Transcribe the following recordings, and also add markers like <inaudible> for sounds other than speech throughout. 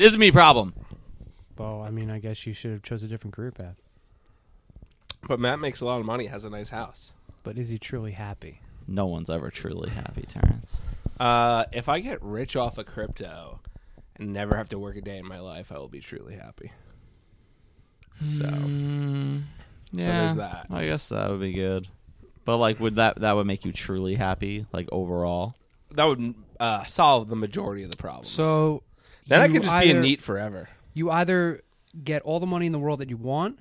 It isn't me problem. Well, I mean, I guess you should have chose a different career path. But Matt makes a lot of money, has a nice house. But is he truly happy? No one's ever truly happy, Terrence. Uh, if I get rich off of crypto and never have to work a day in my life, I will be truly happy. So, Mm, so yeah, there's that. I guess that would be good. But like, would that that would make you truly happy, like overall? That would uh, solve the majority of the problems. So then I you could just be a either- neat forever. You either get all the money in the world that you want,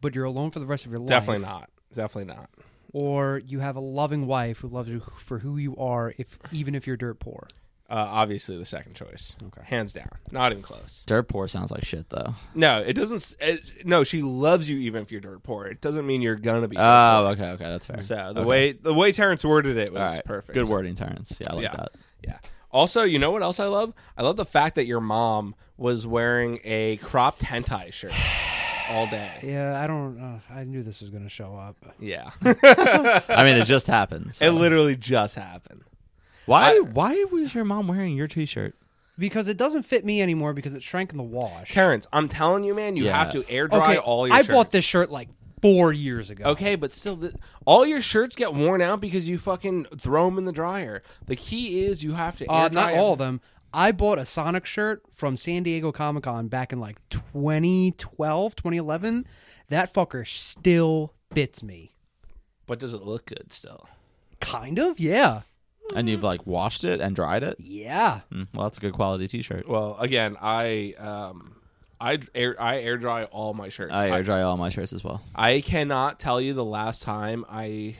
but you're alone for the rest of your life. Definitely not. Definitely not. Or you have a loving wife who loves you for who you are, if even if you're dirt poor. Uh, obviously, the second choice, Okay. hands down, not even close. Dirt poor sounds like shit, though. No, it doesn't. s- It, no, she loves you even if you're dirt poor. It doesn't mean you're gonna be. dirt Oh, poor. okay, okay, that's fair. So the Okay. way the way Terrence worded it All was right, perfect. Good So wording, Terrence. Yeah, I like Yeah. that. Yeah. Also, you know what else I love? I love the fact that your mom was wearing a cropped hentai shirt <sighs> all day. Yeah, I don't. Uh, I knew this was going to show up. <laughs> Yeah. I mean, it <laughs> just happens. it literally just happened. Why? I- why was your mom wearing your T-shirt? Because it doesn't fit me anymore because it shrank in the wash. Terrence, I'm telling you, man, you Yeah. have to air dry okay, all your I shirts. bought this shirt like four years ago. Okay, but still, th- all your shirts get worn out because you fucking throw them in the dryer. The key is you have to air Uh, dry not all everything. of them. I bought a Sonic shirt from San Diego Comic Con back in like 2012, 2011. That fucker still fits me. But does it look good still? Kind of, yeah. And you've like washed it and dried it. Yeah. Hmm. Mm, well, that's a good quality T-shirt. Well, again, I um, I air I air dry all my shirts. I air dry all my shirts as well. I cannot tell you the last time I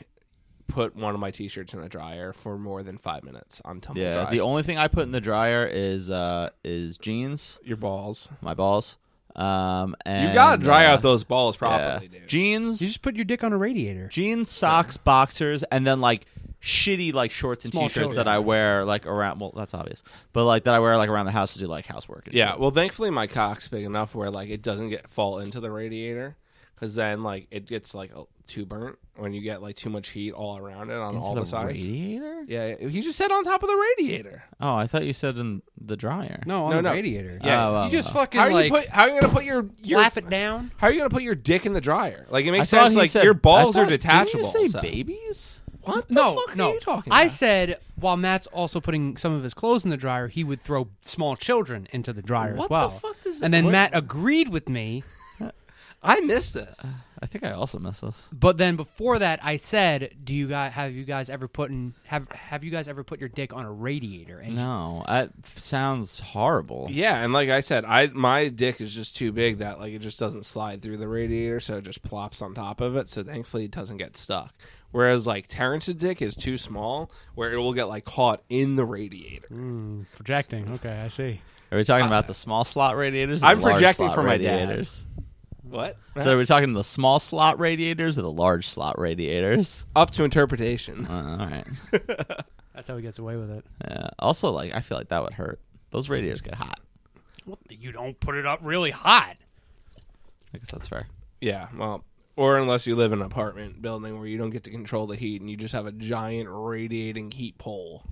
put one of my t-shirts in a dryer for more than five minutes on tumble Yeah, dry. the only thing I put in the dryer is uh is jeans, Your balls. my balls. Um, and you gotta dry uh, out those balls yeah. properly, dude. Jeans, You just put your dick on a radiator. jeans, socks, boxers, and then like shitty like shorts and Small T-shirts children. that I wear like around. Well, that's obvious, but like that I wear like around the house to do like housework. And yeah. shit. Well, thankfully my cock's big enough where like it doesn't get fall into the radiator, because then like it gets like a- too burnt when you get like too much heat all around it on Into all the, the, sides. radiator. Yeah, he just said on top of the radiator. Oh, I thought you said in the dryer. No, on No, the no. radiator. Yeah. Oh, You just oh, oh. fucking How are like you put? How are you gonna put your your? laugh it down. how are you gonna put your dick in the dryer? Like it I makes thought sense. he Like said- your I balls thought- are detachable. Did you say so- babies? What the No, fuck no. are you talking about? I said while Matt's also putting some of his clothes in the dryer, he would throw small children into the dryer What as the well. fuck does that- and then what- Matt agreed with me I missed this. I think I also missed this. But then before that, I said, "Do you guys have you guys ever put in have have you guys ever put your dick on a radiator?" And No, that sounds horrible. Yeah, and like I said, I my dick is just too big that like it just doesn't slide through the radiator, so it just plops on top of it. So thankfully, it doesn't get stuck. Whereas like Terrence's dick is too small, where it will get like caught in the radiator. projecting. Okay, I see. Are we talking about the small slot radiators? Or I'm the large projecting slot for my dad. radiators. What? So are we talking the small slot radiators or the large slot radiators? Up to interpretation. Uh, all right. That's how he gets away with it. Yeah. Also, like I feel like that would hurt. Those radiators get hot. What the, you don't put it up really hot. I guess that's fair. Yeah. Well, or unless you live in an apartment building where you don't get to control the heat and you just have a giant radiating heat pole,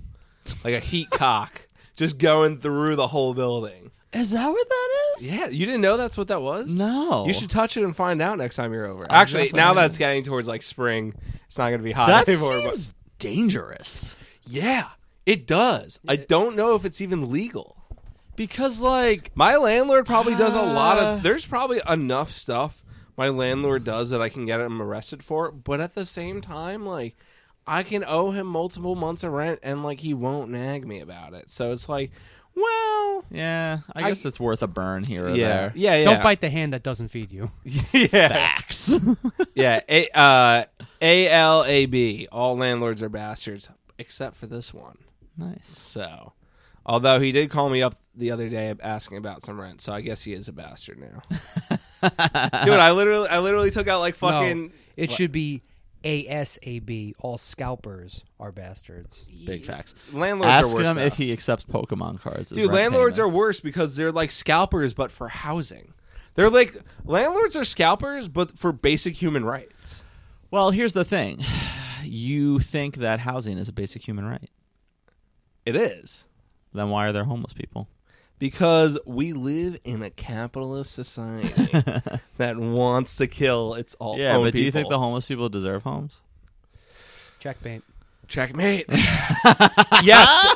like a heat <laughs> cock, just going through the whole building. Is that what that is? Yeah, you didn't know that's what that was. No. You should touch it and find out next time you're over. Actually, Oh, definitely now am. that's getting towards like spring. It's not going to be hot That anymore. but- seems dangerous. yeah, it does. I don't know if it's even legal. Because like My landlord probably does a lot Ah. of. There's probably enough stuff my landlord does that I can get him arrested for. But at the same time, like I can owe him multiple months of rent, and like he won't nag me about it. So it's like, well, Yeah, I, I- guess it's worth a burn here or yeah, there. yeah, yeah. <laughs> Don't bite the hand that doesn't feed you. yeah. <laughs> Facts. Yeah, a uh, A L A B. All landlords are bastards, except for this one. nice. So, although he did call me up the other day asking about some rent, so I guess he is a <laughs> bastard now. Dude, I literally, I literally took out like <laughs> fucking. no, it should be ASAB. All scalpers are bastards. Big facts. Landlords Ask are worse. him though. if he accepts Pokemon cards. as Dude, rent landlords are payments. worse because they're like scalpers, but for housing. They're like landlords are scalpers, but for basic human rights. Well, here's the thing. <sighs> You think that housing is a basic human right. It is. Then why are there homeless people? because we live in a capitalist <laughs> society that wants to kill its all. Yeah, own but do you people. think the homeless people deserve homes? Checkmate. <laughs> checkmate? yes,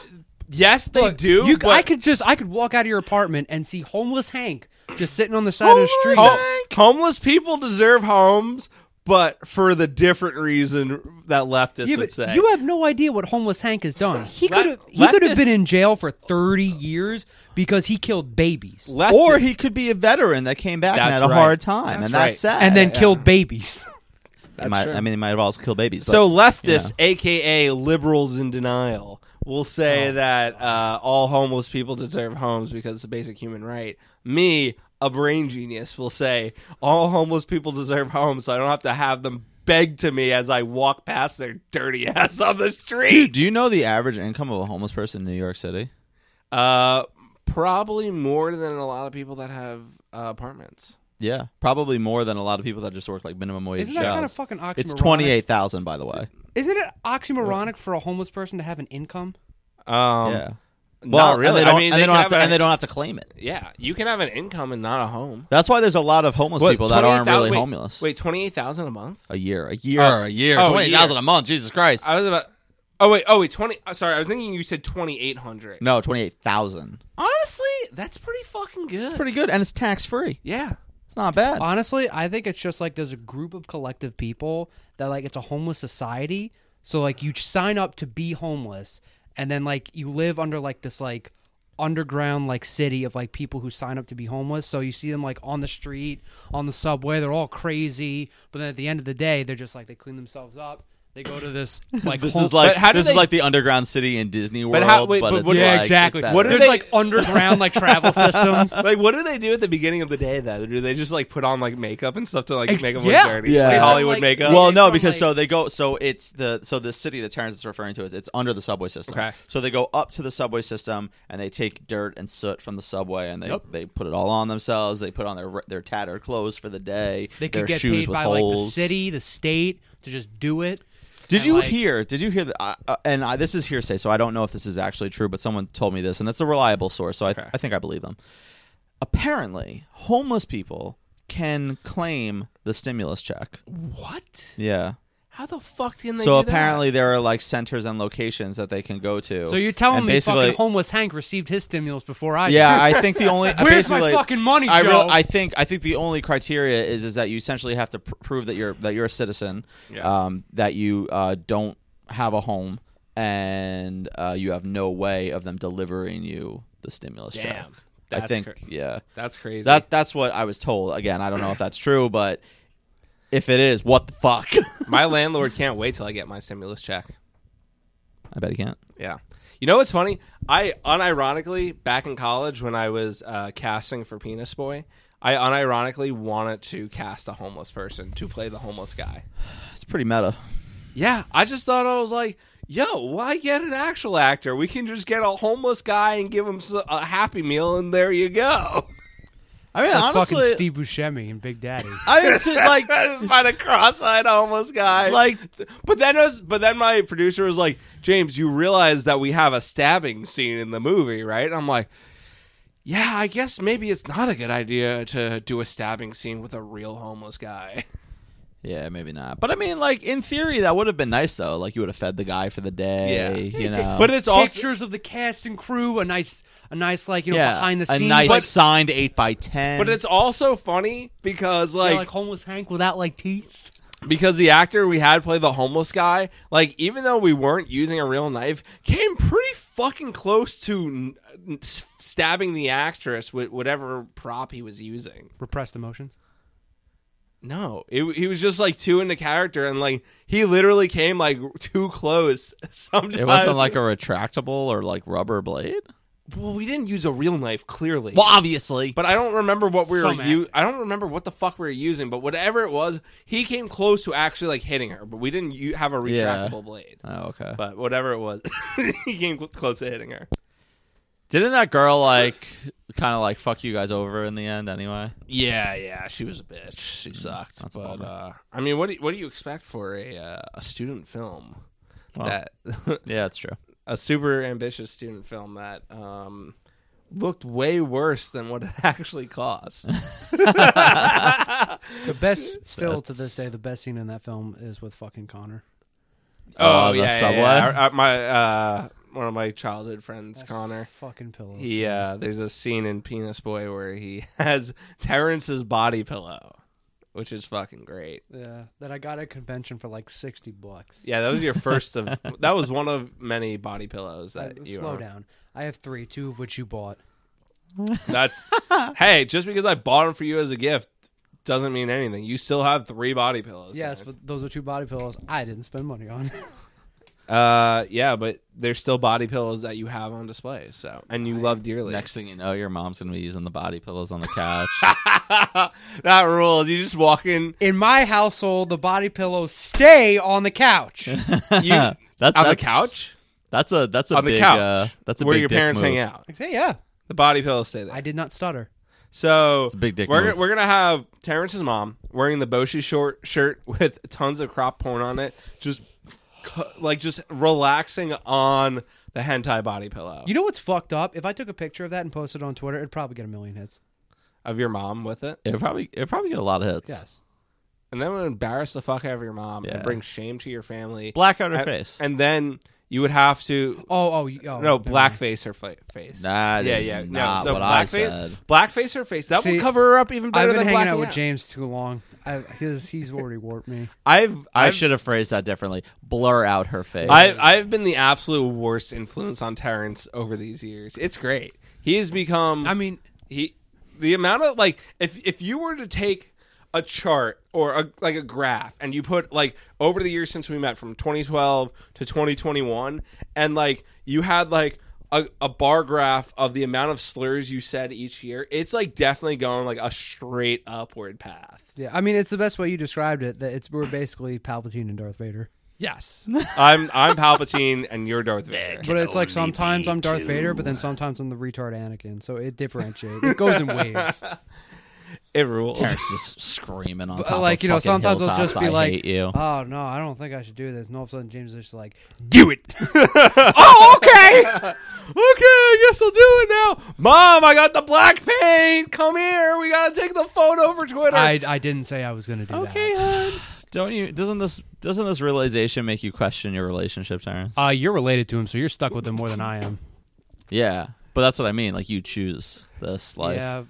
yes, they Look, do. You, but I could just I could walk out of your apartment and see homeless Hank just sitting on the side of the street. Ho- homeless people deserve homes, but for the different reason that leftists Yeah, would but say. you have no idea what homeless Hank has done. He Lef- could have he could leftist- have been in jail for thirty years because he killed babies Leftists- Or he could be a veteran that came back and That's had a right. hard time, and That's that's right. sad. and then It killed babies. might- true. I mean, it might have also killed babies. But so leftists, aka liberals in denial, will say Oh. that uh, all homeless people deserve homes because it's a basic human right. Me, a brain genius, will say all homeless people deserve homes, so I don't have to have them beg to me as I walk past their dirty <laughs> ass on the Dude, street. <clears throat> do you know the average income of a homeless person in New York City? Uh, probably more than a lot of people that have uh, apartments. Yeah, probably more than a lot of people that just work like minimum wage Isn't that jobs. kind of fucking oxymoronic? it's twenty eight thousand, by the way. Isn't it oxymoronic for a homeless person to have an income? Um, yeah. Well, and really. they don't, I and mean, they they don't can have to, have and a- they don't have to claim it. yeah, you can have an income and not a home. That's why there's a lot of homeless people that aren't 28,000 really wait, homeless. Wait, twenty eight thousand a month? A year, a year, Oh, a year, oh, a twenty thousand year. a month. Jesus Christ! I was about. Oh wait, oh wait, twenty. uh, Sorry, I was thinking you said twenty eight hundred. no, twenty eight thousand. Honestly, that's pretty fucking good. It's pretty good, and it's tax free. Yeah. It's not bad. Honestly, I think it's just like there's a group of collective people that like it's a homeless society. So like you sign up to be homeless and then like you live under like this like underground like city of like people who sign up to be homeless. So you see them like on the street, on the subway, they're all crazy, but then at the end of the day they're just like they clean themselves up. They go to this <laughs> like This home- is like But how do this they- is like the underground city in Disney World. But But, how- wait, but it's like, what- Yeah, it's exactly. better. What do There's they- like <laughs> underground <laughs> like travel systems. Like, what do they do at the beginning of the day though? Do they just like put on like makeup and stuff to like Ex- make them yeah. look dirty? Yeah. Like Hollywood Like- makeup. well, no, from, because like- so they go. So it's the so the city that Terrence is referring to is it's under the subway system. Okay. So they go up to the subway system and they take dirt and soot from the subway and they they put it all on themselves. They put on their their tattered clothes for the day. They their could get shoes paid with by like the holes. city, the state to just do it. Did and, you like- hear? Did you hear that? I- Uh, and I, this is hearsay, so I don't know if this is actually true, but someone told me this, and it's a reliable source, so I, I think I believe them. Apparently, homeless people can claim the stimulus check. What? Yeah. How the fuck can they? So do that? apparently, there are like centers and locations that they can go to. So you're telling and me basically, fucking homeless Hank received his stimulus before I did. Yeah, I think the only Where's my basically- fucking money, I, Joe? I think I think the only criteria is is that you essentially have to pr- prove that you're that you're a citizen, Yeah. um, that you uh, don't have a home, and uh, you have no way of them delivering you the stimulus check. Damn. That's I think cra- yeah, That's crazy. that that's what I was told. Again, I don't know if that's true, but if it is, what the fuck? <laughs> <laughs> my landlord can't wait till I get my stimulus check. I bet he can't. Yeah. You know what's funny? I unironically back in college when I was uh, casting for Penis Boy, I unironically wanted to cast a homeless person to play the homeless guy. It's pretty meta. Yeah, I just thought I was like, yo, why get an actual actor? We can just get a homeless guy and give him s- a happy meal, and there you go. I mean, honestly, fucking Steve Buscemi and <laughs> Big Daddy. I mean, to, like <laughs> Find a cross-eyed homeless guy. Like- but then it was, but then my producer was like, James, you realize that we have a stabbing scene in the movie, right? And I'm like, yeah, I guess maybe it's not a good idea to do a stabbing scene with a real homeless guy. Yeah, maybe not. But I mean, like in theory, that would have been nice though. Like you would have fed the guy for the day. Yeah. you know. but it's also Pictures of the cast and crew, a nice, a nice like you know yeah, behind the scenes, a nice like, signed eight by ten. but it's also funny because you know, like, like homeless Hank without like teeth. because the actor we had play the homeless guy, like even though we weren't using a real knife, came pretty fucking close to n- n- s- stabbing the actress with whatever prop he was using. Repressed emotions. No, it, he was just like too into character, and like he literally came like too close. <laughs> Sometimes it <laughs> wasn't like a retractable or like rubber blade. well, we didn't use a real knife clearly. Well, obviously. But But I don't remember what we Some were. U- I don't remember what the fuck we were using. But whatever it was, he came close to actually like hitting her. But we didn't u- have a Yeah. retractable blade. oh, okay. But whatever it was, <laughs> he came cl- close to hitting her. Didn't that girl like kind of like fuck you guys over in the end anyway? Yeah, yeah, she was a bitch. She sucked. Mm, that's a but bummer. uh, I mean, what do you, what do you expect for a uh, a student film Well. that <laughs> Yeah, it's true. a super ambitious student film that um, looked way worse than what it <laughs> actually cost. The best, still to this day, the best scene in that film is with fucking Connor. <laughs> Oh, the subway? I- I- my uh, one of my childhood friends, Connor. Fucking pillows. He uh, there's a scene in Penis Boy where he <laughs> has Terrence's body pillow, which is fucking great. Yeah, that I got at a convention for like sixty bucks. Yeah, that was your <laughs> first of. That was one of many body pillows that Uh, you slow own. down. I have three, two of which you bought. <laughs> That's hey, just because I bought them for you as a gift doesn't mean anything. You still have three body pillows. Yes, Terrence. but those are two body pillows I didn't spend money on. <laughs> uh, yeah, but they're still body pillows that you have on display. So, and you love dearly. Next thing you know, your mom's gonna be using the body pillows on the couch. <laughs> that rules. You just walk in. in my household, the body pillows stay on the <laughs> couch. <laughs> You that's on <laughs> the that's- couch. That's a that's a on the big couch. Uh, that's a where big your dick parents move. hang out. I say, yeah, The body pillows stay there. I did not stutter. So a big dick We're move. Gonna, we're gonna have Terrence's mom wearing the Boshi short shirt <laughs> with tons of crop porn on it, just cu- like just relaxing on the hentai body pillow You know what's fucked up? If I took a picture of that and posted it on Twitter, it'd probably get a million hits. of your mom with it, It probably it probably get a lot of hits. Yes. and then would embarrass the fuck out of your mom Yeah. and bring shame to your family. Black out her and, face. and then you would have to. Oh, oh, you- oh No, never mind. blackface her fa- face. That yeah, is yeah. not no, so what I blackface, said. Blackface her face. That See, will cover her up even I've better been than hanging blacking out with James too long. I, his, he's already warped me. I've, I I've should have phrased that differently. Blur out her face. I, I've been the absolute worst influence on Terrence over these years. It's great. He has <laughs> become. I mean, he the amount of like if if you were to take a chart or a, like a graph and you put like over the years since we met from 2012 to 2021 and like you had like a, a bar graph of the amount of slurs you said each year it's like definitely going like a straight upward path yeah, I mean, it's the best way you described it. That it's we're basically Palpatine and Darth Vader. yes i'm i'm palpatine and you're darth vader But it's like sometimes I'm Darth Vader, but then sometimes I'm the retard Anakin. So it differentiates. It goes <laughs> in waves. it rules Terrence just screaming on top. Uh, like of you know, fucking sometimes it'll hilltops, just be I like, hate you. "Oh no, I don't think I should do this." And all of a sudden, James is just like, do it. <laughs> oh, okay. okay, I guess I'll do it now. Mom, I got the black paint. Come here. We got to take the photo for Twitter. "I, I didn't say I was going to do okay, hon. <sighs> Don't you? Doesn't this doesn't this realization make you question your relationship, Terrence? that." Uh, you're related to him, so you're stuck with him more than I am. yeah, but that's what I mean. Like you choose this life. Yeah.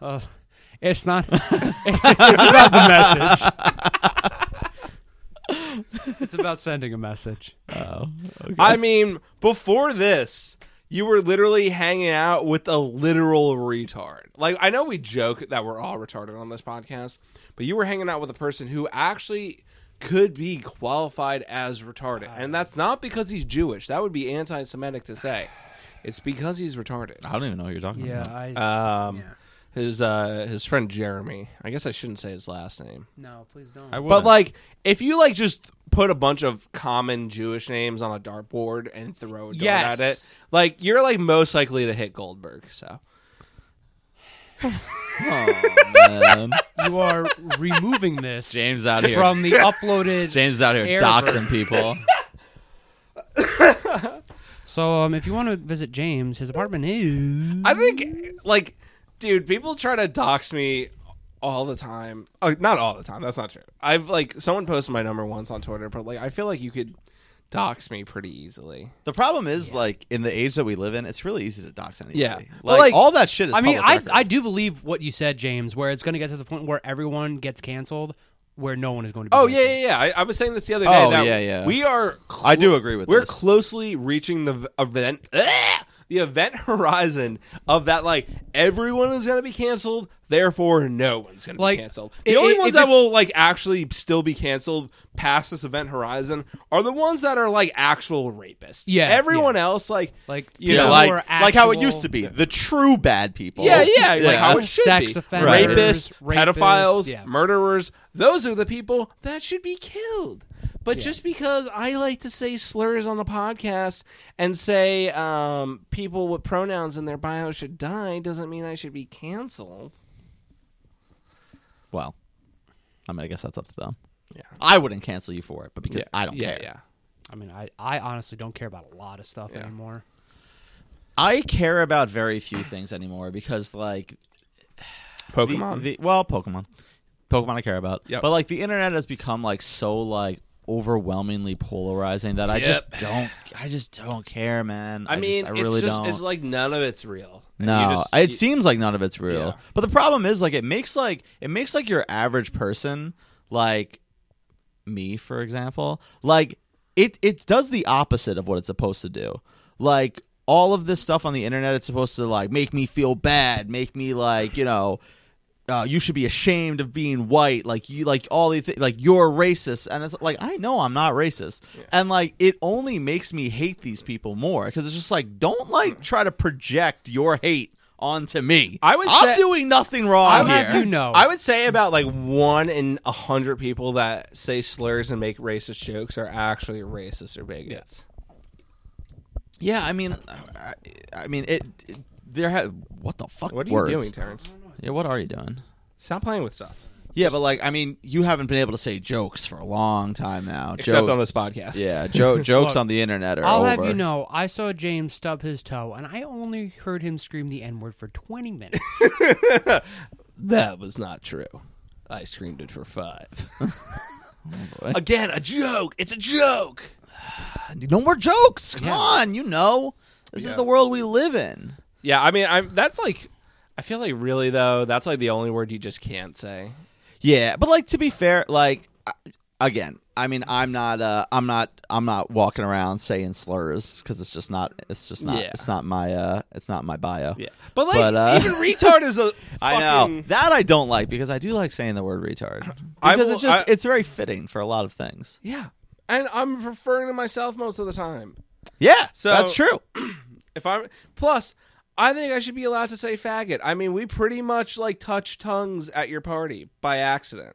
Uh, it's not. <laughs> it's about the message. it's about sending a message. Oh, okay. I mean, before this, you were literally hanging out with a literal retard. Like, I know we joke that we're all retarded on this podcast, but you were hanging out with a person who actually could be qualified as retarded. And that's not because he's Jewish. That would be anti Semitic to say. It's because he's retarded. I don't even know what you're talking Yeah, about. I Um, his uh, his friend Jeremy. I guess I shouldn't say his last name, no, please don't. I but wouldn't. like if you like just put a bunch of common Jewish names on a dartboard and throw a dart Yes. at it, like you're like most likely to hit Goldberg. So Oh, man. you are removing this <laughs> James out <laughs> here. from the uploaded. James is out here Air doxing people. So, um, if you want to visit James, his apartment is. I think like dude, people try to dox me all the time. Oh, not all the time. That's not true. I've like someone posted my number once on Twitter, but like I feel like you could dox me pretty easily. The problem is, like, in the age that we live in, it's really easy to dox anybody. Yeah. Like, But, like- all that shit is I mean, public I record. I do believe what you said, James, where it's going to get to the point where everyone gets canceled, where no one is going to. be Oh yeah, canceled. yeah, yeah. I, I was saying this the other day. Oh, that yeah, yeah. We are. I do agree with We're this. closely reaching the v- event, the event <laughs> horizon of that. Like everyone is going to be canceled. Therefore, no one's going to Like, be canceled. The i- only i- ones if that it's- will like actually still be canceled past this event horizon are the ones that are like actual rapists. Yeah, Everyone else, like, Like, you yeah, know, like, more like how it actual- used to be. The true bad people. yeah, yeah, like how Yeah. it should Sex be. offenders, rapists, rapists, pedophiles, yeah. murderers. Those are the people that should be killed. But just because I like to say slurs on the podcast and say um, people with pronouns in their bio should die doesn't mean I should be canceled. Well, I mean, I guess that's up to them. Yeah. I wouldn't cancel you for it, but because I don't yeah, care. Yeah. I mean, I, I honestly don't care about a lot of stuff Yeah. anymore. I care about very few things anymore because like the- Pokemon. the- well, Pokemon. Pokemon I care about. Yep. But like the internet has become like so like overwhelmingly polarizing that I just Yep. don't I just don't care, man. I just- mean, I really it's just don't. it's like none of it's real. And no, you just- it you- seems like none of it's real. Yeah. But the problem is, like, it makes like it makes like your average person, like me, for example, like it it does the opposite of what it's supposed to do. Like all of this stuff on the internet, it's supposed to like make me feel bad, make me like you know. Uh, you should be ashamed of being white, like you, like all these, thi- like you're racist, and it's like I know I'm not racist, and like it only makes me hate these people more because it's just like don't like try to project your hate onto me. Hmm. I would I'm say- doing nothing wrong I'll here. have you know. I would say about like one in a hundred people that say slurs and make racist jokes are actually racist or bigots. Yeah, I mean, I, I mean it. it- there ha what the fuck? What are words? you doing, Terrence? Yeah, what are you doing? Stop playing with stuff. Yeah, but like, I mean, you haven't been able to say jokes for a long time now. Except Joke- on this podcast. yeah, <laughs> jo- jokes Look, on the internet are I'll over. have you know, I saw James stub his toe, and I only heard him scream the N word for 20 minutes. That was not true. I screamed it <laughs> for five. Oh, Again, a joke. It's a joke. No more jokes. Come on, you know, this is the world we live in. Yeah, I mean, I'm. That's like, I feel like really though. That's like the only word you just can't say. Yeah, but like to be fair, like I- again, I mean, I'm not, uh, I'm not, I'm not walking around saying slurs because it's just not, it's just not, Yeah. it's not my, uh, it's not my bio. Yeah, but like But, uh, even retard is a. <laughs> I know fucking- that I don't like because I do like saying the word retard because I will- it's just I- it's very fitting for a lot of things. Yeah, and I'm referring to myself most of the time. Yeah, So- that's true. If I'm plus, I think I should be allowed to say faggot. I mean, we pretty much like touch tongues at your party by accident.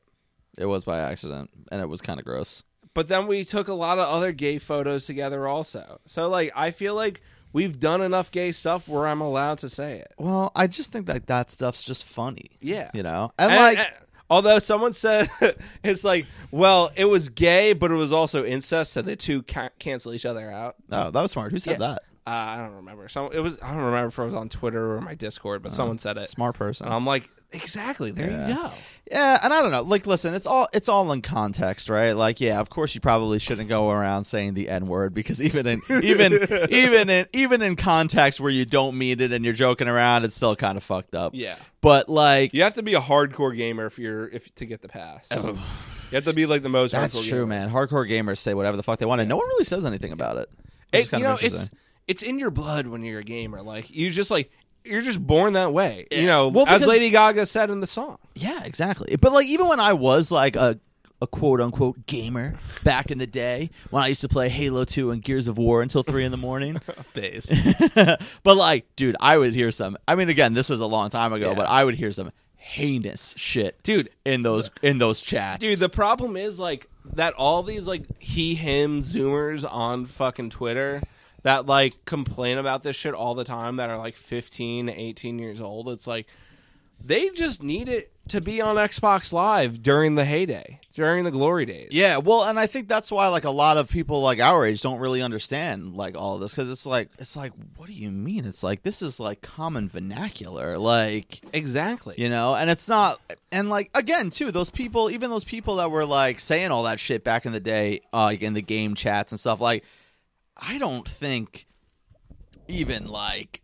It was by accident and it was kind of gross. But then we took a lot of other gay photos together also. So like I feel like we've done enough gay stuff where I'm allowed to say it. Well, I just think that that stuff's just funny. Yeah. you know, and, And- like and- although someone said <laughs> it's like, well, it was gay, but it was also incest, so the two ca- cancel each other out. oh, that was smart. Who said that? Uh, I don't remember. Some it was I don't remember if it was on Twitter or my Discord, but someone said it. Uh, Smart person. And I'm like, exactly. There you go. Yeah, and I don't know. Like, listen, it's all it's all in context, right? Like, yeah, of course you probably shouldn't go around saying the n word because even in <laughs> even even in even in context where you don't mean it and you're joking around, it's still kind of fucked up. Yeah. but like, You have to be a hardcore gamer if you're if to get the pass. you have to be like the most. that's hardcore true, gamer. man. Hardcore gamers say whatever the fuck they want, and no one really says anything about it. It- Which is kind you know, of interesting. it's it's in your blood when you're a gamer. Like you just like you're just born that way. You know, Well, as because- Lady Gaga said in the song. Yeah, exactly. But like even when I was like a a quote unquote gamer back in the day when I used to play Halo 2 and Gears of War until 3 in the <laughs> morning. <laughs> Days. but like, dude, I would hear some I mean again, this was a long time ago, Yeah. but I would hear some heinous shit Dude. <laughs> in those in those chats. Dude, the problem is like that all these like he him zoomers on fucking Twitter that like complain about this shit all the time that are like 15, 18 years old. It's like they just need it to be on Xbox Live during the heyday, during the glory days. Yeah, well, and I think that's why like a lot of people like our age don't really understand like all of this cuz it's like it's like what do you mean? It's like this is like common vernacular. Like Exactly. You know, and it's not, and like again, too, those people, even those people that were like saying all that shit back in the day, uh, like in the game chats and stuff, like I don't think even like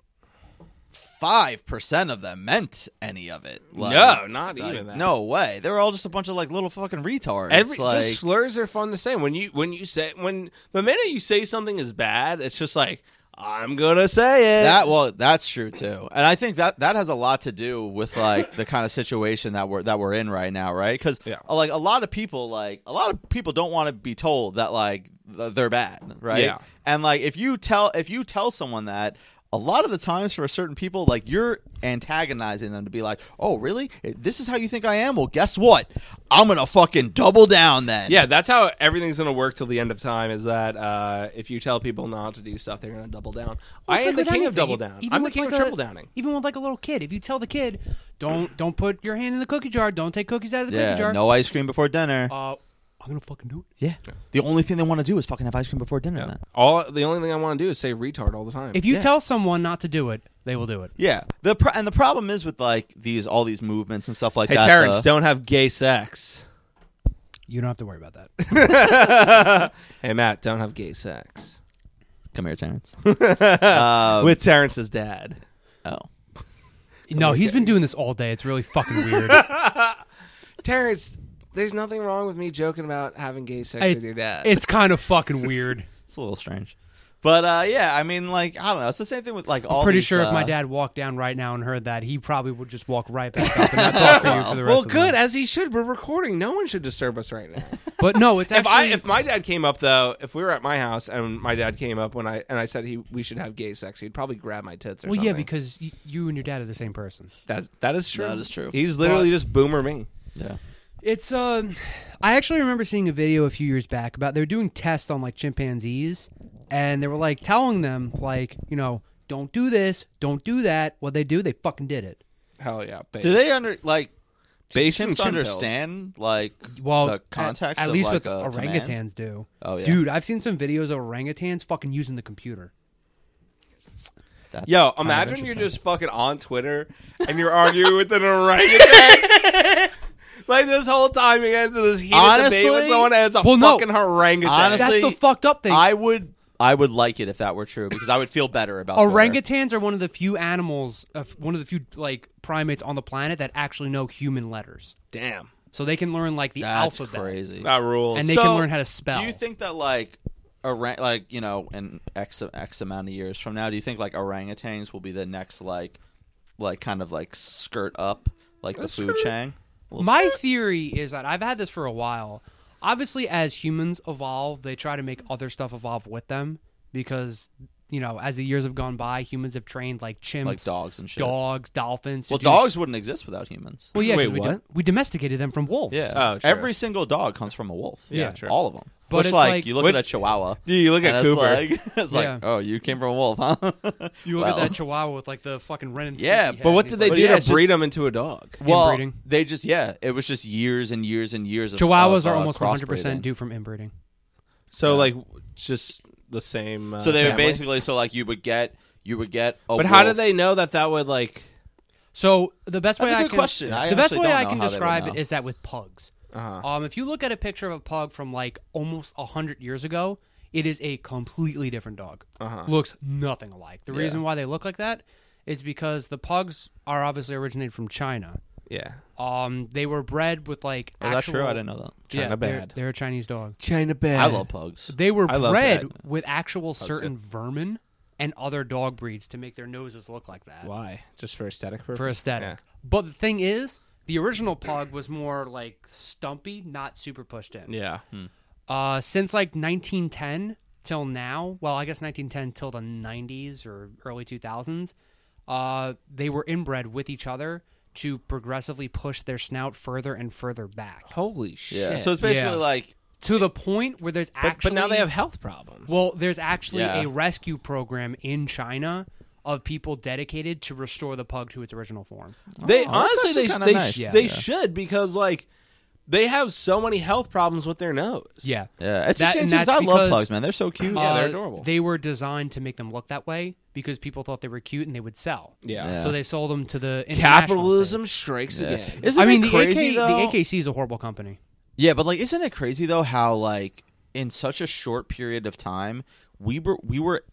five percent of them meant any of it. Like, No, not like, even that. No way. They were all just a bunch of like little fucking retards. Every like, just slurs are fun to say. When you when you say when the minute you say something is bad, it's just like I'm gonna say it. That well, that's true too, and I think that that has a lot to do with like the kind of situation that we're that we're in right now, right? Because Yeah. like a lot of people, like a lot of people don't want to be told that like th- they're bad, right? Yeah. And like if you tell if you tell someone that. A lot of the times, for certain people, like you're antagonizing them to be like, "Oh, really? This is how you think I am? Well, guess what? I'm gonna fucking double down then." yeah, that's how everything's gonna work till the end of time. Is that uh, if you tell people not to do stuff, they're gonna double down. <laughs> I It's am like the with king of anything. double E- down. even I'm the with king like of a- triple downing. Even with like a little kid, if you tell the kid, don't don't put your hand in the cookie jar, don't take cookies out of the yeah. cookie jar. No ice cream before dinner. Uh, I'm gonna fucking do it. Yeah. The only thing they want to do is fucking have ice cream before dinner. Then. All the only thing I want to do is say retard all the time. If you tell someone not to do it, they will do it. Yeah. The pro- and the problem is with like these all these movements and stuff like hey that. Terrence, the- don't have gay sex. You don't have to worry about <laughs> that. Hey Matt, don't have gay sex come here, Terrence. <laughs> Um, with Terrence's dad. Oh. no, he's been doing this all day. It's really <laughs> fucking weird. Terrence, there's nothing wrong with me joking about having gay sex It- with your <laughs> dad. it's kind of fucking weird. It's a little strange. But uh, yeah, I mean, like I don't know. It's the same thing with like all. Pretty these, sure if my uh, dad walked down right now and heard that, he probably would just walk right back up and not talk to you <laughs> for the rest well, of good the night. as he should. We're recording. No one should disturb us right now. But no, it's if I actually if my dad came up though, if we were at my house and my dad came up when I and I said he we should have gay sex, he'd probably grab my tits or well, something. yeah, because y- you and your dad are the same person. that that is true. That is true. He's literally just boomer me. Yeah. It's uh, I actually remember seeing a video a few years back about they were doing tests on like chimpanzees, and they were like telling them like you know don't do this, don't do that. What they do, they fucking did it. Hell yeah. Babe. Do they under like? Do Base and chimps chimp understand like Well, the at- context? at, of, least like, what the a orangutans command? do. Oh, yeah. dude, I've seen some videos of orangutans fucking using the computer. That's Yo, kind of imagine you're interesting. just fucking on Twitter and you're arguing with an orangutan. like this whole time you get into this heated debate with Honestly- someone and it's a Well, no. fucking orangutan. Honestly- That's the fucked up thing. I would. I would like it if that were true because I would feel better <laughs> about Twitter. orangutans are one of the few animals, uh, one of the few like primates on the planet that actually know human letters, Damn. so they can learn like the That's alphabet. crazy. That rules. And they can learn how to spell. Do you think that like orang- like you know in x x amount of years from now, do you think like orangutans will be the next like like kind of like skirt up like the food chain? Well, My theory is that I've had this for a while. Obviously, as humans evolve, they try to make other stuff evolve with them because you know, as the years have gone by, humans have trained like chimps, Like dogs and shit. dogs, dolphins. to well do dogs sh- wouldn't exist without humans. well, yeah, 'cause Wait, we, do- what? we domesticated them from wolves. Yeah, Oh, true. every single dog comes from a wolf. Yeah, true. all of them. But Which, it's like, like- you look Which- at a Chihuah. <laughs> you look at and it's Cooper. Like, <laughs> it's Yeah. like, oh, you came from a wolf, huh? <laughs> You look Well, at that chihuahua with like the fucking Ren and Yeah, Stimpy but head, but what and did he's they like- But do yeah, to it's breed just- them into a dog? Well, Inbreeding. they just yeah, it was just years and years and years. of Chihuahuas of, are uh, almost 100% crossbreeding. due from inbreeding. So like just the same. Uh, So they would family? basically so like you would get you would get. A But how do wolf. they know that that would like? So the best That's way a I good can, question. I the best actually way don't I know can how they would describe know. it is that with pugs. Uh-huh. Um, if you look at a picture of a pug from like almost hundred years ago, it is a completely different dog. Uh-huh. Looks nothing alike. The reason why they look like that is because the pugs are obviously originated from China. Yeah. Um, they were bred with like. Is that true? actual- I didn't know that. yeah, China they're- bad. They're, a Chinese dog. China bad. I love pugs. They were I love bred that. with actual certain vermin and other dog breeds to make their noses look like that Why? Just for aesthetic purposes. for aesthetic. But the thing is, the original pug was more like stumpy, not super pushed in. Yeah. Uh, since like 1910 till now, well, I guess 1910 till the 90s or early 2000s, uh, they were inbred with each other to progressively push their snout further and further back Holy shit. Yeah. So it's basically Yeah. like to the point where there's but, actually but now they have health problems. well, there's actually Yeah. a rescue program in China of people dedicated to restore the pug to its original form. They Oh, that's honestly they actually kinda they, nice. sh- Yeah. they Yeah. should because like they have so many health problems with their nose. Yeah. yeah, it's That- a shame and too, 'cause that's I love because, pugs, man. They're so cute. Yeah, they're Uh, adorable. They were designed to make them look that way because people thought they were cute and they would sell. Yeah. Yeah. So they sold them to the international Capitalism states. strikes Yeah. again. Isn't I mean, it the crazy AK, though? the AKC is a horrible company. Yeah, but like, isn't it crazy though how like in such a short period of time we were we were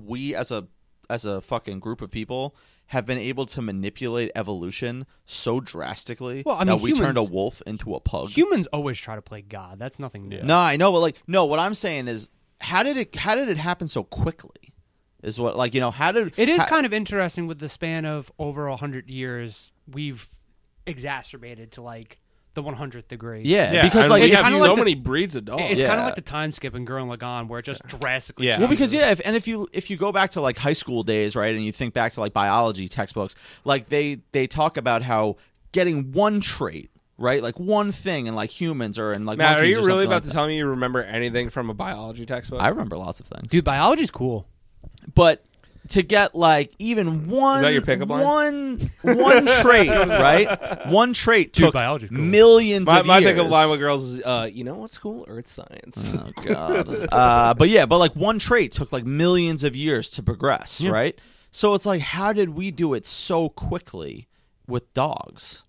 we as a as a fucking group of people have been able to manipulate evolution so drastically Well, I mean, that we turned a humans- wolf into a pug. Humans always try to play God. That's nothing new. No, I know, but like, no. What I'm saying is, how did it? How did it happen so quickly? Is what like you know? How did It is how- kind of interesting with the span of over a hundred years, we've exacerbated to like the one hundredth degree. yeah, because like we if have you- so like the- breeds of dogs. It's kind Yeah. of like the time skip in Gurren Lagann, where it just drastically. Yeah. Well, because changes. yeah, if, and if you if you go back to like high school days, right, and you think back to like biology textbooks, like they they talk about how getting one trait, right, like one thing, and like humans or and like Matt, are monkeys you or really something about to like tell me you remember anything from a biology textbook? that. I remember lots of things, dude, biology's cool. but to get like even one your pickup <laughs> line? one one trait, right? One trait Dude, took biology school. millions My, of my years. pickup line with girls is, uh, you know what's cool? Earth science. Oh god. <laughs> uh, but yeah, but like one trait took like millions of years to progress, right? So it's like, how did we do it so quickly with dogs?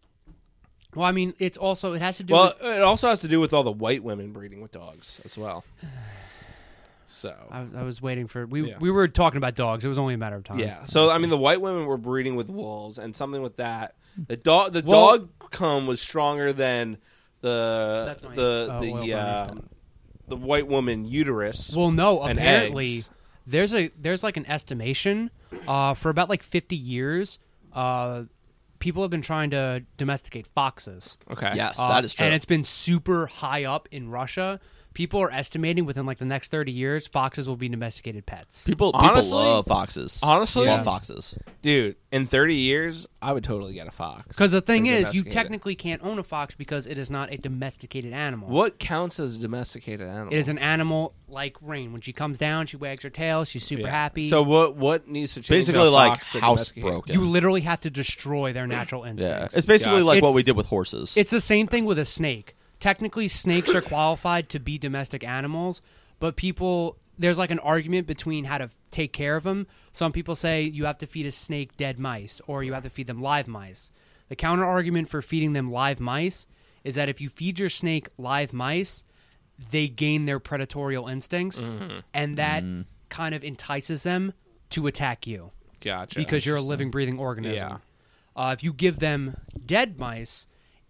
Well, I mean, it's also it has to do. well, with, it also has to do with all the white women breeding with dogs as well. So I, I was waiting for we Yeah. we were talking about dogs. It was only a matter of time. yeah, so I mean, the white women were breeding with wolves, and something with that. The dog, the Well- dog cum was stronger than the That's my- the oh, the well, my- um, the white woman uterus. Well, no. And Apparently, eggs. there's a there's like an estimation uh, for about like 50 years. Uh, people have been trying to domesticate foxes. okay, Yes, Uh, that is true. And it's been super high up in Russia. People are estimating within like the next 30 years, foxes will be domesticated pets. people Honestly- people love foxes. honestly- love Yeah. foxes. dude. In thirty years, I would totally get a fox. Because the thing And is, you domesticate it. technically can't own a fox because it is not a domesticated animal. what counts as a domesticated animal? It is an animal like rain. When she comes down, she wags her tail. She's super Yeah. happy. So what? What needs to change? Basically, a like fox to domesticate? housebroken. you literally have to destroy their natural yeah, instincts. it's basically Gotcha. like what It's- we did with horses. It's the same thing with a snake. Technically, snakes are qualified to be domestic animals, but people there's like an argument between how to f- take care of them. Some people say you have to feed a snake dead mice, or you have to feed them live mice. The counter argument for feeding them live mice is that if you feed your snake live mice, they gain their predatorial instincts, and that kind of entices them to attack you Gotcha. because you're a living, breathing organism. Uh, if you give them dead mice,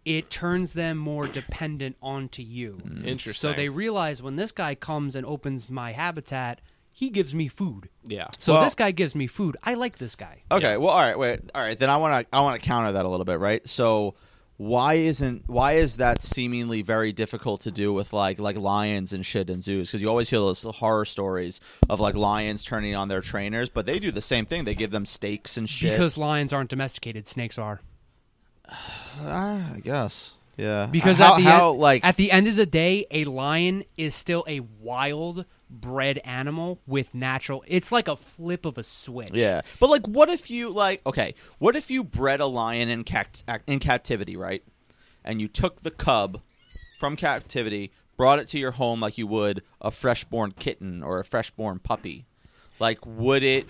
it turns them more dependent onto you. Mm, Interesting. So they realize when this guy comes and opens my habitat, he gives me food. yeah. So Well- this guy gives me food. I like this guy. Okay. Well, all right. Wait. All right. Then I want to. I want to counter that a little bit, right? So, why isn't why is that seemingly very difficult to do with like like lions and shit in zoos? Because you always hear those horror stories of like lions turning on their trainers, but they do the same thing. They give them steaks and shit. Because lions aren't domesticated, snakes are. Ah, I guess. Yeah. Because how, at the how end, like at the end of the day, a lion is still a wild bred animal with natural. It's like a flip of a switch. Yeah, but like, what if you like? Okay, what if you bred a lion in cact- in captivity, right? And you took the cub from captivity, brought it to your home like you would a freshborn kitten or a freshborn puppy. Like, would it?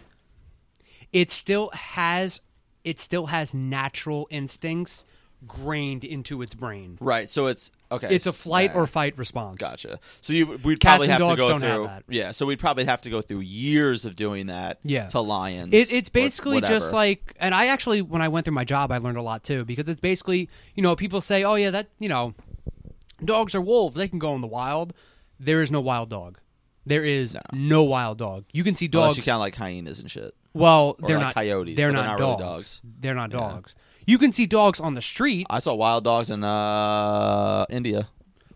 it still has it still has natural instincts grained into its brain. Right. So it's okay. It's a flight yeah, or fight response. Gotcha. So you we'd Cats probably and have to dogs go don't have through. that. Yeah. So we'd probably have to go through years of doing that. Yeah. To lions. It, it's or basically just whatever. like, and I actually, when I went through my job, I learned a lot too because it's basically, you know, people say, oh yeah, that you know, dogs are wolves; they can go in the wild. There is no wild dog. There is no, wild dog. You can see dogs. unless you count like hyenas and shit. well, they're like not coyotes, They're, but they're not not really dogs. dogs. They're not dogs. You can see dogs on the street. I saw wild dogs in uh, India.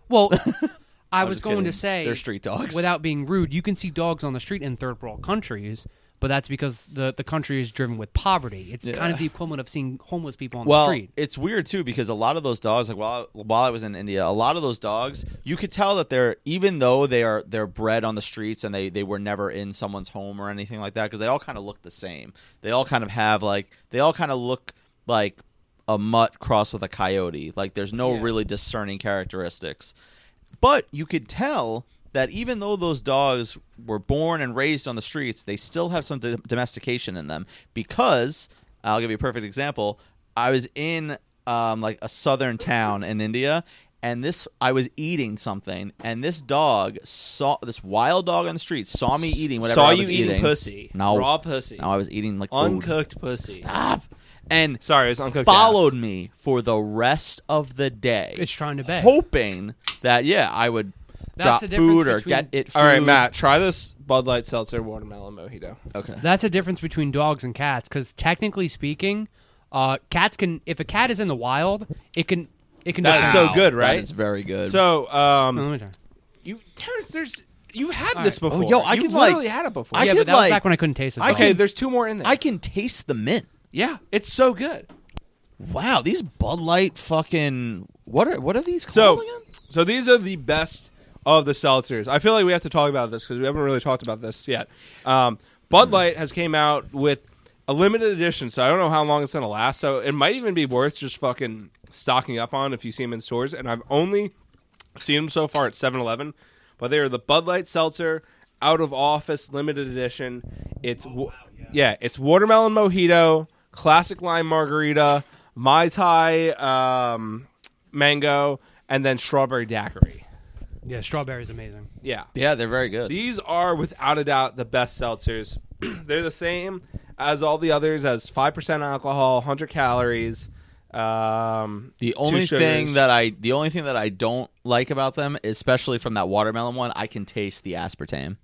Well, <laughs> I was just going to kidding. say They're street dogs. Without being rude, you can see dogs on the street in third world countries, but that's because the the country is driven with poverty. It's kind of the equivalent of seeing homeless people on well, the street. it's weird too because a lot of those dogs, like while while I was in India, a lot of those dogs, you could tell that they're even though they are they're bred on the streets and they they were never in someone's home or anything like that because they all kind of look the same. They all kind of have like they all kind of look like a mutt crossed with a coyote. Like there's no really discerning characteristics. But you could tell that even though those dogs were born and raised on the streets, they still have some d- domestication in them. Because I'll give you a perfect example. I was in um, like a southern town in India, and this I was eating something, and this dog saw this wild dog on the street saw me eating whatever Saw I you was eating eating pussy. No, Raw pussy. No, I was eating like food. Uncooked pussy. Stop. And Sorry, it's uncooked. followed ass. me for the rest of the day. It's trying to beg. hoping that yeah, I would That's drop the difference food or between- get it. Food. All right, Matt, try this Bud Light Seltzer Watermelon Mojito. Okay. That's the difference between dogs and cats, because technically speaking, uh, cats can if a cat is in the wild, it can it can. That is defend- so good, right? That is very good. So, Oh, um, let me try. you Terrence, there's you've had All this right. before. Oh, yo, I You've could, like- literally had it before. I yeah, could, but that was like- back when I couldn't taste it. so- okay, there's two more in there. I can taste the mint. yeah, it's so good. Wow, these Bud Light fucking what are what are these called So, again? so these are the best of the seltzers. I feel like we have to talk about this because we haven't really talked about this yet. Um, Bud Light has came out with a limited edition, so I don't know how long it's gonna last. So it might even be worth just fucking stocking up on if you see them in stores. And I've only seen them so far at 7-Eleven, but they are the Bud Light Seltzer out of office limited edition. It's wa- yeah. it's watermelon mojito, classic lime margarita, mai tai um, mango, and then strawberry daiquiri. Yeah, strawberry is amazing. Yeah. Yeah, they're very good. These are without a doubt the best seltzers. <clears throat> They're the same as all the others, as five percent alcohol, hundred calories. Um, The two only sugars. thing that I the only thing that I don't like about them, especially from that watermelon one, I can taste the aspartame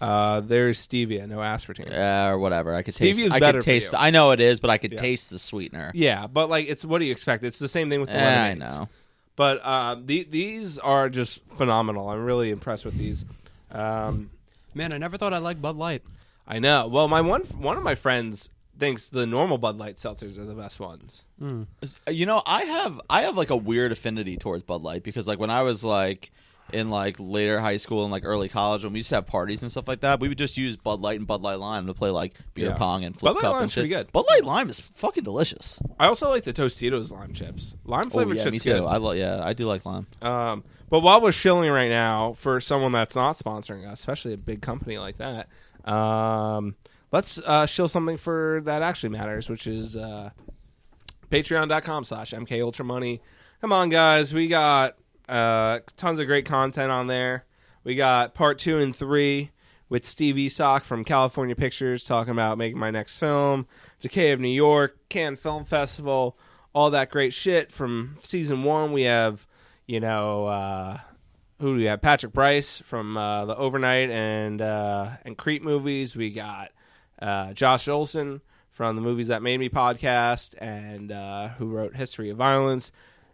uh, there's stevia, no aspartame. Yeah. uh, or whatever. I could taste. Stevia's I better could for taste. you. I know it is, but I could taste the sweetener. but like it's what do you expect? It's the same thing with the Eh, I lemonades. know. But uh, the, these are just phenomenal. I'm really impressed with these. Um, Man, I never thought I liked Bud Light. I know. Well, my one one of my friends thinks the normal Bud Light seltzers are the best ones. uh, You know, I have I have like a weird affinity towards Bud Light because like when I was like in like later high school and like early college when we used to have parties and stuff like that, we would just use Bud Light and Bud Light Lime to play like beer Yeah. pong and flip Bud Light cup and Lime's shit. pretty good. Bud Light Lime is fucking delicious. I also like the Tostitos lime chips. Lime Oh flavored yeah, shit's me too. good. I love yeah, I do like lime. Um, but while we're shilling right now for someone that's not sponsoring us, especially a big company like that, um, let's uh, shill something for that actually matters, which is uh, patreon.com slash mkultramoney. Come on, guys. We got uh, tons of great content on there. We got part two and three with Steve Esock from California Pictures talking about making my next film, Decay of New York, Cannes Film Festival, all that great shit from season one. We have, you know, uh, who do we have? Patrick Bryce from uh, the Overnight and uh, and Creep movies. We got uh, Josh Olson from the Movies That Made Me podcast and uh, who wrote History of Violence.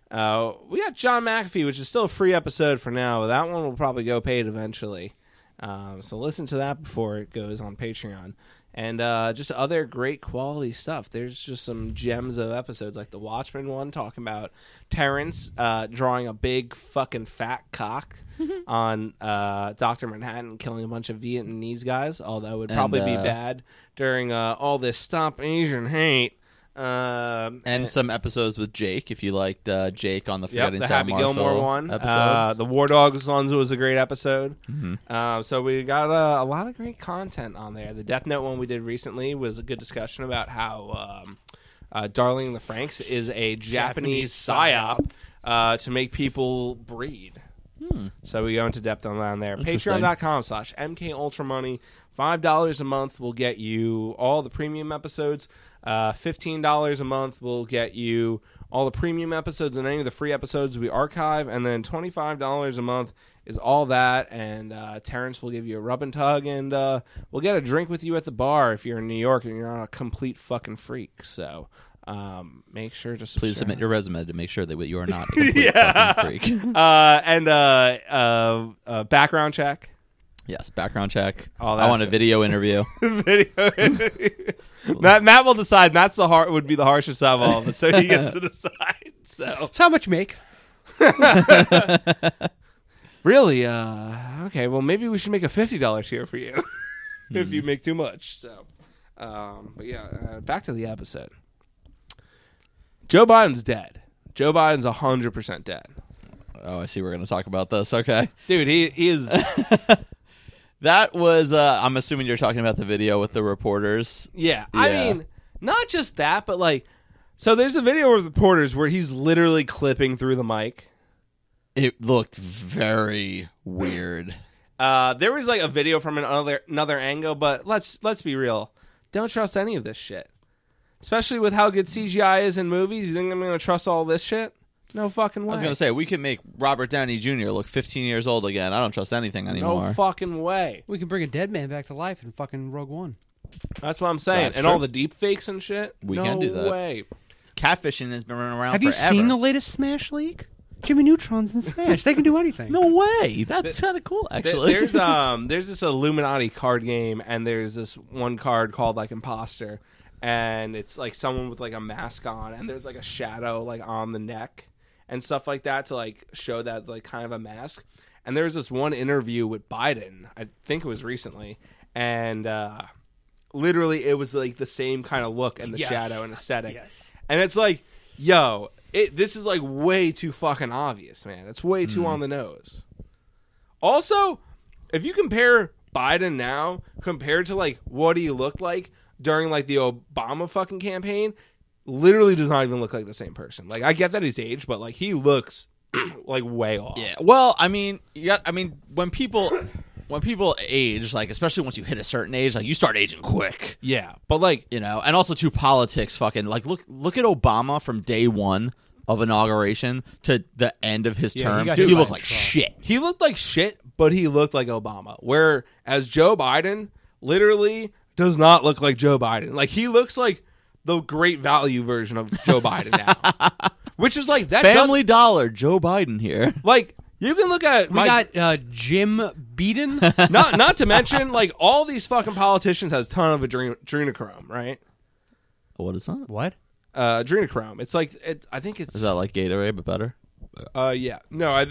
Uh, we got John McAfee, which is still a free episode for now, but that one will probably go paid eventually. Um, so listen to that before it goes on Patreon. And uh, just other great quality stuff. There's just some gems of episodes, like the Watchmen one, talking about Terrence uh, drawing a big fucking fat cock on uh, Doctor Manhattan, killing a bunch of Vietnamese guys. Although it would probably be uh, bad during uh, all this stop Asian hate. Um, And some episodes with Jake, if you liked uh, Jake on the Yep, Forgetting the Sam Happy Marshall Gilmore one. episodes. Mm-hmm. Uh, the War Dogs Lonzo was a great episode. Uh, so we got uh, a lot of great content on there. The Death Note one we did recently was a good discussion about how um, uh, Darling the Franks is a Japanese Japanese, psyop uh, to make people breed. So we go into depth on that on there. Hmm. Interesting. Patreon.com slash MK Ultra Money. $5 a month will get you all the premium episodes. Uh, $15 a month will get you all the premium episodes and any of the free episodes we archive. And then $25 a month is all that. And uh, Terrence will give you a rub and tug. And uh, we'll get a drink with you at the bar if you're in New York and you're not a complete fucking freak. So um, make sure to Please subscribe. submit your resume to make sure that you are not <laughs> a complete fucking freak. uh, and uh, uh, uh, background check. Yes, background check. Oh, I want a that's- video <laughs> interview. video. Matt, Matt will decide. Matt's the har would be the harshest out of all of us, so he gets to decide. So It's how much you make. <laughs> really, uh, okay. Well, maybe we should make a fifty dollars tier for you <laughs> if you make too much. So, um, but yeah, uh, back to the episode. Joe Biden's dead. Joe Biden's hundred percent dead, oh, I see. We're going to talk about this. Okay, dude. He, he is. that was. Uh, I'm assuming you're talking about the video with the reporters. Yeah. I Yeah. mean, not just that, but like, so there's a video of the Porters where he's literally clipping through the mic. It looked very weird. Uh, there was like a video from another another angle, but let's let's be real. Don't trust any of this shit, especially with how good CGI is in movies. You think I'm gonna trust all this shit? No fucking way. I was going to say we can make Robert Downey Jr. look 15 years old again. I don't trust anything no anymore. fucking way. We can bring a dead man back to life in fucking Rogue One. That's what I'm saying. That's and true. all the deep fakes and shit. We no can do that. way. Catfishing has been running around. Have you forever. seen the latest Smash leak? Jimmy Neutron's in Smash. they can do anything. No way. That's kind of cool, Th- actually. <laughs> <laughs> there's um there's this Illuminati card game and there's this one card called like imposter and it's like someone with like a mask on and there's like a shadow like on the neck and stuff like that to like show that it's like kind of a mask. And there's this one interview with Biden, I think it was recently, and uh, literally it was like the same kind of look and the Yes. shadow and aesthetic. Yes. And it's like, yo, it this is like way too fucking obvious, man. It's way Mm-hmm. too on the nose. Also, if you compare Biden now compared to like what he looked like during like the Obama fucking campaign, literally does not even look like the same person. Like I get that he's aged, but like he looks <clears throat> like way off. Yeah. Well, I mean, you got. I mean, when people when people age, like especially once you hit a certain age, like you start aging quick. Yeah, but like You know, and also to politics, fucking like look look at Obama from day one of inauguration to the end of his Yeah, he term. got Dude, hit he by looked a like truck. shit. He looked like shit, but he looked like Obama. Whereas Joe Biden literally does not look like Joe Biden. Like he looks like the great value version of Joe Biden now. Which is like that does- Family Dollar, Joe Biden here. <laughs> like you can look at We my got uh, Jim Beaton. not not to mention like all these fucking politicians have a ton of adren- adrenochrome, right? What is that? <laughs> what? Uh, adrenochrome. It's like it, I think it's Is that like Gatorade but better? uh yeah no I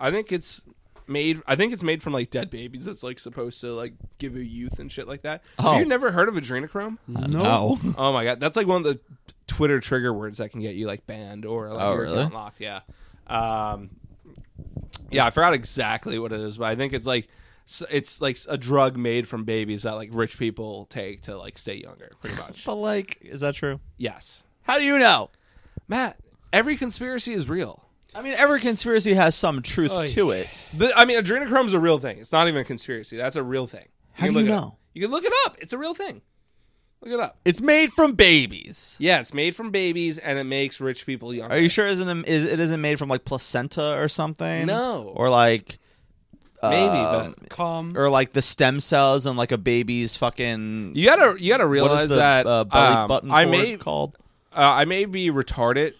I think it's made I think it's made from like dead babies. It's like supposed to like give you youth and shit like that. Oh. Have you never heard of adrenochrome? No. <laughs> Oh my god, that's like one of the Twitter trigger words that can get you like banned or like Oh, your really? account locked. Yeah, um, yeah, I forgot exactly what it is, but I think it's like s- it's like a drug made from babies that like rich people take to like stay younger, pretty <laughs> much. But like, is that true? yes, How do you know? Matt, every conspiracy is real. I mean, every conspiracy has some truth Oy. to it. But I mean, adrenochrome is a real thing. It's not even a conspiracy. That's a real thing. How can do you look it up. know? You can look it up. It's a real thing. Look it up. It's made from babies. Yeah, it's made from babies and it makes rich people younger. Are you sure isn't is it isn't made from like placenta or something? No. Or like Maybe, um, but Come. or like the stem cells and like a baby's fucking You gotta you gotta what realize is the that uh, belly um, button I cord may uh, called? I may be retarded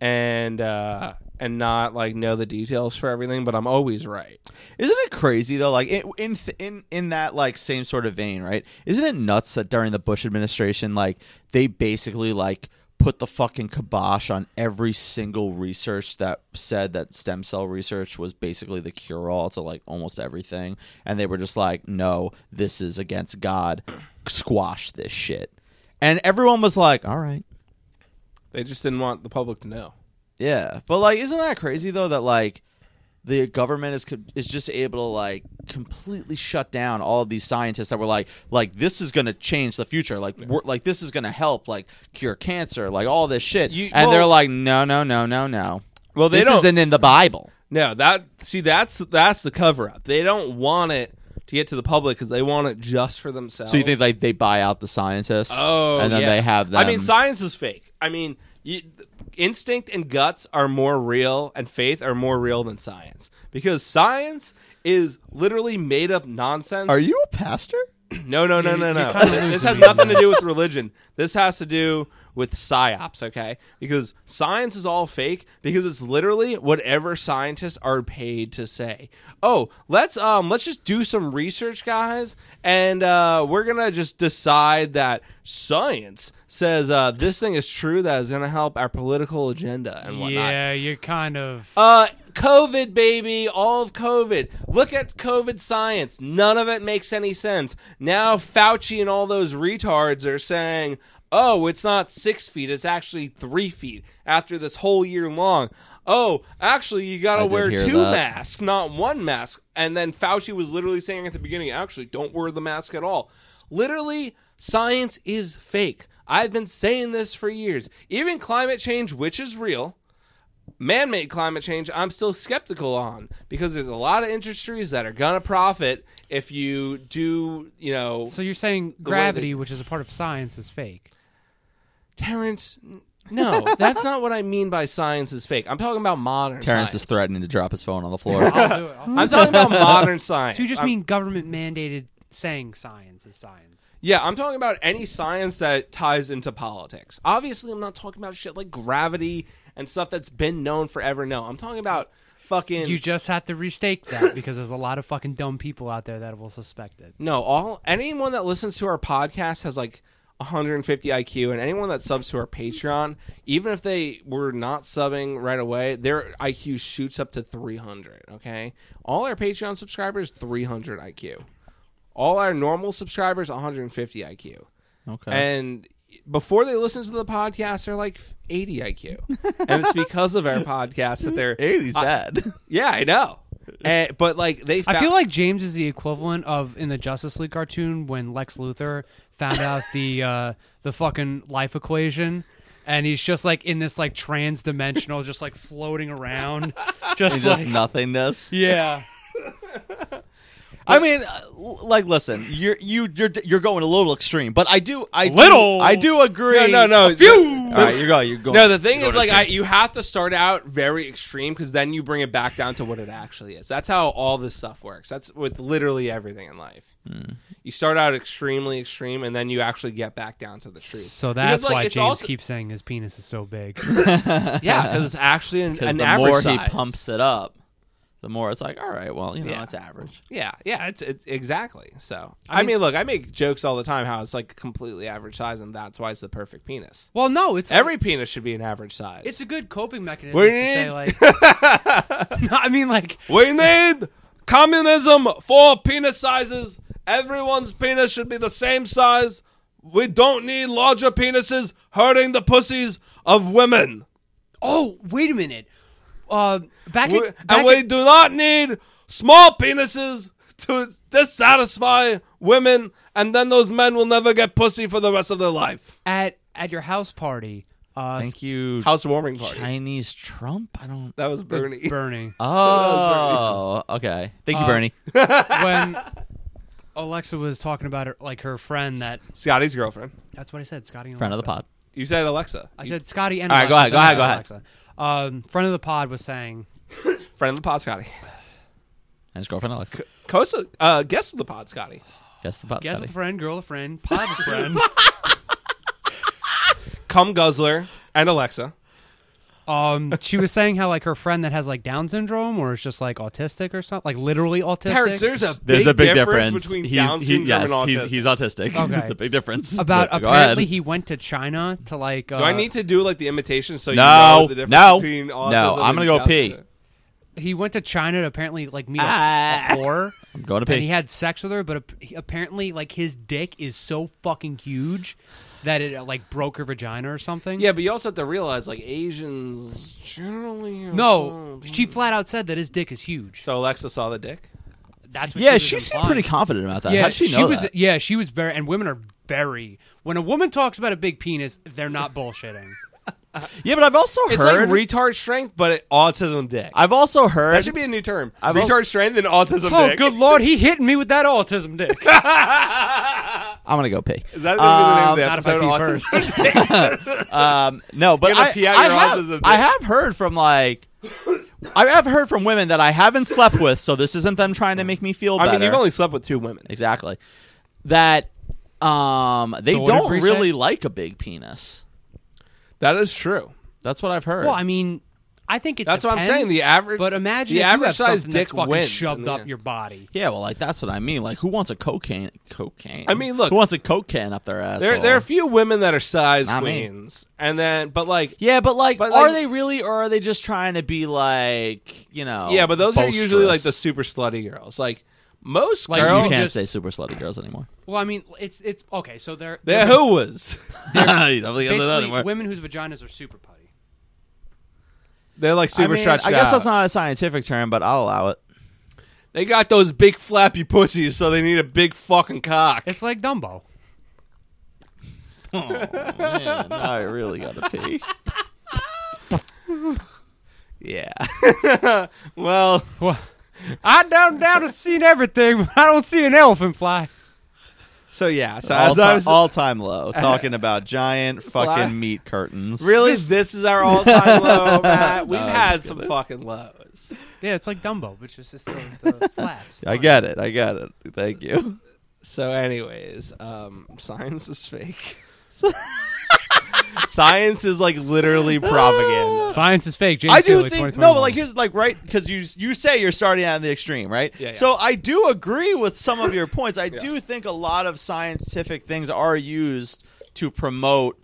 and uh, and not like know the details for everything, but I'm always right. Isn't it crazy though? Like in in th- in, in that like same sort of vein, right? Isn't it nuts that during the Bush administration, like they basically like put the fucking kibosh on every single research that said that stem cell research was basically the cure all to like almost everything, and they were just like, no, this is against God. Squash this shit, and everyone was like, all right. They just didn't want the public to know. Yeah, but like, isn't that crazy though? That like, the government is co- is just able to like completely shut down all of these scientists that were like, like this is going to change the future. Like, we're, like this is going to help like cure cancer. Like all this shit, You- and well- they're like, no, no, no, no, no. Well, they this don't. isn't in the Bible. no, that see that's that's the cover up. They don't want it to get to the public because they want it just for themselves. So you think like they buy out the scientists? Oh, and then yeah. they have them. I mean, science is fake. I mean, you, instinct and guts are more real, and faith are more real than science because science is literally made up nonsense. are you a pastor? <clears throat> no, no, no, no, you no. kinda Th- This losing has me nothing to do with religion. This has to do with psyops, okay? Because science is all fake because it's literally whatever scientists are paid to say. Oh, let's um let's just do some research, guys, and uh, we're gonna just decide that science says uh, this thing is true that is gonna help our political agenda and whatnot. Yeah, you're kind of. Uh, COVID, baby, all of COVID. Look at COVID science. None of it makes any sense. Now Fauci and all those retards are saying, oh, it's not six feet, it's actually three feet after this whole year long. Oh, actually, you gotta did wear hear two that. masks, not one mask. And then Fauci was literally saying at the beginning, actually, don't wear the mask at all. Literally, science is fake. I've been saying this for years. Even climate change, which is real, man-made climate change i'm still skeptical on because there's a lot of industries that are gonna profit if you do you know So you're saying way they- gravity, which is a part of science, is <laughs> fake. terrence n- <laughs> no that's not what i mean by science is fake i'm talking about modern Terrence science. is threatening to drop his phone on the floor. <laughs> I'll do it. I'll- i'm <laughs> talking about modern science so you just I'm- mean government mandated saying science is science. yeah i'm talking about any science that ties into politics obviously i'm not talking about shit like gravity and stuff that's been known forever no i'm talking about fucking You just have to restake that because there's a lot of fucking dumb people out there that will suspect it. No, all anyone that listens to our podcast has like 150 IQ, and anyone that subs to our Patreon, even if they were not subbing right away, their IQ shoots up to 300. Okay, all our Patreon subscribers 300 IQ, All our normal subscribers 150 IQ. Okay. Uh-huh. And before they listen to the podcast, they're like 80 IQ. and it's because of our podcast <laughs> that they're 80's <laughs> bad. Yeah, I know. And, but like they found I feel like James is the equivalent of in the Justice League cartoon when Lex Luthor found out <laughs> the uh, the fucking life equation, and he's just like in this like trans dimensional, just like floating <laughs> around, just It's like just nothingness. yeah. I mean, uh, l- like, listen, you're you you're you're going a little extreme, but I do I do- Little? I do agree. No, no, no. All right, you're going. You're going. No, the thing you're is, going like, to I, see- you have to start out very extreme because then you bring it back down to what it actually is. That's how all this stuff works. That's with literally everything in life. Hmm. You start out extremely extreme, and then you actually get back down to the truth. So Because, that's like, why it's James also- keeps saying his penis is so <laughs> big. yeah, because it's actually an, an the average more size. he pumps it up, the more it's like, all right, well, you know, Yeah. it's average. Yeah, yeah, it's, it's exactly. So I mean, look, I make jokes all the time how it's like completely average size, and that's why it's the perfect penis. well, no, it's Every penis should be an average size. it's a good coping mechanism We to say need- like. <laughs> No, I mean like We need communism for penis sizes. Everyone's penis should be the same size. We don't need larger penises hurting the pussies of women. oh wait a minute, uh, back We- in, back and we in- do not need small penises to dissatisfy women, and then those men will never get pussy for the rest of their life. at at your house party. Uh, Thank you, Housewarming party. Chinese Trump. I don't. That was Bernie. Bernie. Oh, okay. Thank you, Bernie. <laughs> when Alexa was talking about her, like her friend that Scotty's girlfriend. that's what I said, Scotty and Friend of the Alexa. pod. You said Alexa. I You- said Scotty and All right, Alexa. go ahead, go ahead, go ahead. not Alexa. Um, friend of the pod was saying friend of the pod, Scotty. And his girlfriend Alexa. Costa, uh, guest of the pod, Scotty. Guess the pod. guess a Scotty. friend, girl a friend, pod a friend. <laughs> Cum Guzzler and Alexa. um she was saying how like her friend that has like Down syndrome or is just like autistic or something like literally autistic. Terrence, there's a There's big a big difference, difference, between he's, Down he- syndrome yes, and autism. He's, he's autistic. Okay. it's a big difference. about But go apparently ahead. he went to China to like uh, do I need to do like the imitation so you No, know the difference no, between no, autism I'm and gonna go Down pee. syndrome? he went to China to apparently like meet a, Ah. a whore. I'm going to And he pee. had sex with her, but ap- he- apparently, like his dick is so fucking huge that it uh, like broke her vagina or something. Yeah, but you also have to realize like Asians generally. are No, small. she flat out said that his dick is huge. So So Alexa saw the dick. that's what Yeah, was she seemed implying. pretty confident about that. Yeah, How'd she know was. that? Yeah, she was very. And women are very. When a woman talks about a big penis, they're not bullshitting. Yeah, but I've also It's heard. like retard strength, but it, autism dick. I've also heard. that should be a new term. I've retard al- strength and autism oh, dick. good lord, he hitting me with that autism <laughs> dick. I'm gonna go pee. Is that gonna be the name not of if the I episode? pee Autism. first. Um, no, but Give a I, pee out I your have, autism, I dude. have heard from like, I have heard from women that I haven't slept with, so this isn't them trying to make me feel I better. mean, you've only slept with two women. exactly that. Um, they So what did don't Bree really say? like a big penis. That is true. That's what I've heard. well, I mean, I think it. That's what I'm depends, saying, the average- But imagine the if you have average size something that's dick fucking wins in shoved the up end. your body. yeah, well, like that's what I mean. Like, who wants a cocaine? Cocaine. I mean, look- who wants a coke can up their ass? There, there are a few women that are size Not me. queens, and then, but like, Yeah, but like, But, are like- they really, or are they just trying to be like, you know? Yeah, but those are usually like the boisterous? super slutty girls. Like most Like, You girls, can't just- say super slutty girls anymore. Well, I mean, it's it's okay. So they're they're they're who was. <laughs> You don't think I said that basically anymore. women whose vaginas are super putty. They're like I super mean, stretched I guess out. that's not a scientific term, but I'll allow it. They got those big flappy pussies, so they need a big fucking cock. It's like Dumbo. <laughs> <laughs> Man, I really gotta pee. yeah. <laughs> well, Well, <laughs> I down down have seen everything, but I don't see an elephant fly. so yeah. <laughs> So All, as I was, time low. Talking about <laughs> giant fucking meat curtains. really, this is our <laughs> all-time low, Matt. We've No, I'm had just some kidding. fucking lows. Yeah, it's like Dumbo, but just, just the, <laughs> the flaps. I get it. I get it. Thank you. So, anyways, um, science <laughs> is fake. science is like literally propaganda. Science is fake. James I do Healy, think 2021. no, but like here's like right because you you say you're starting out in the extreme, right? Yeah, yeah. So I do agree with some of your <laughs> points. I do think a lot of scientific things are used to promote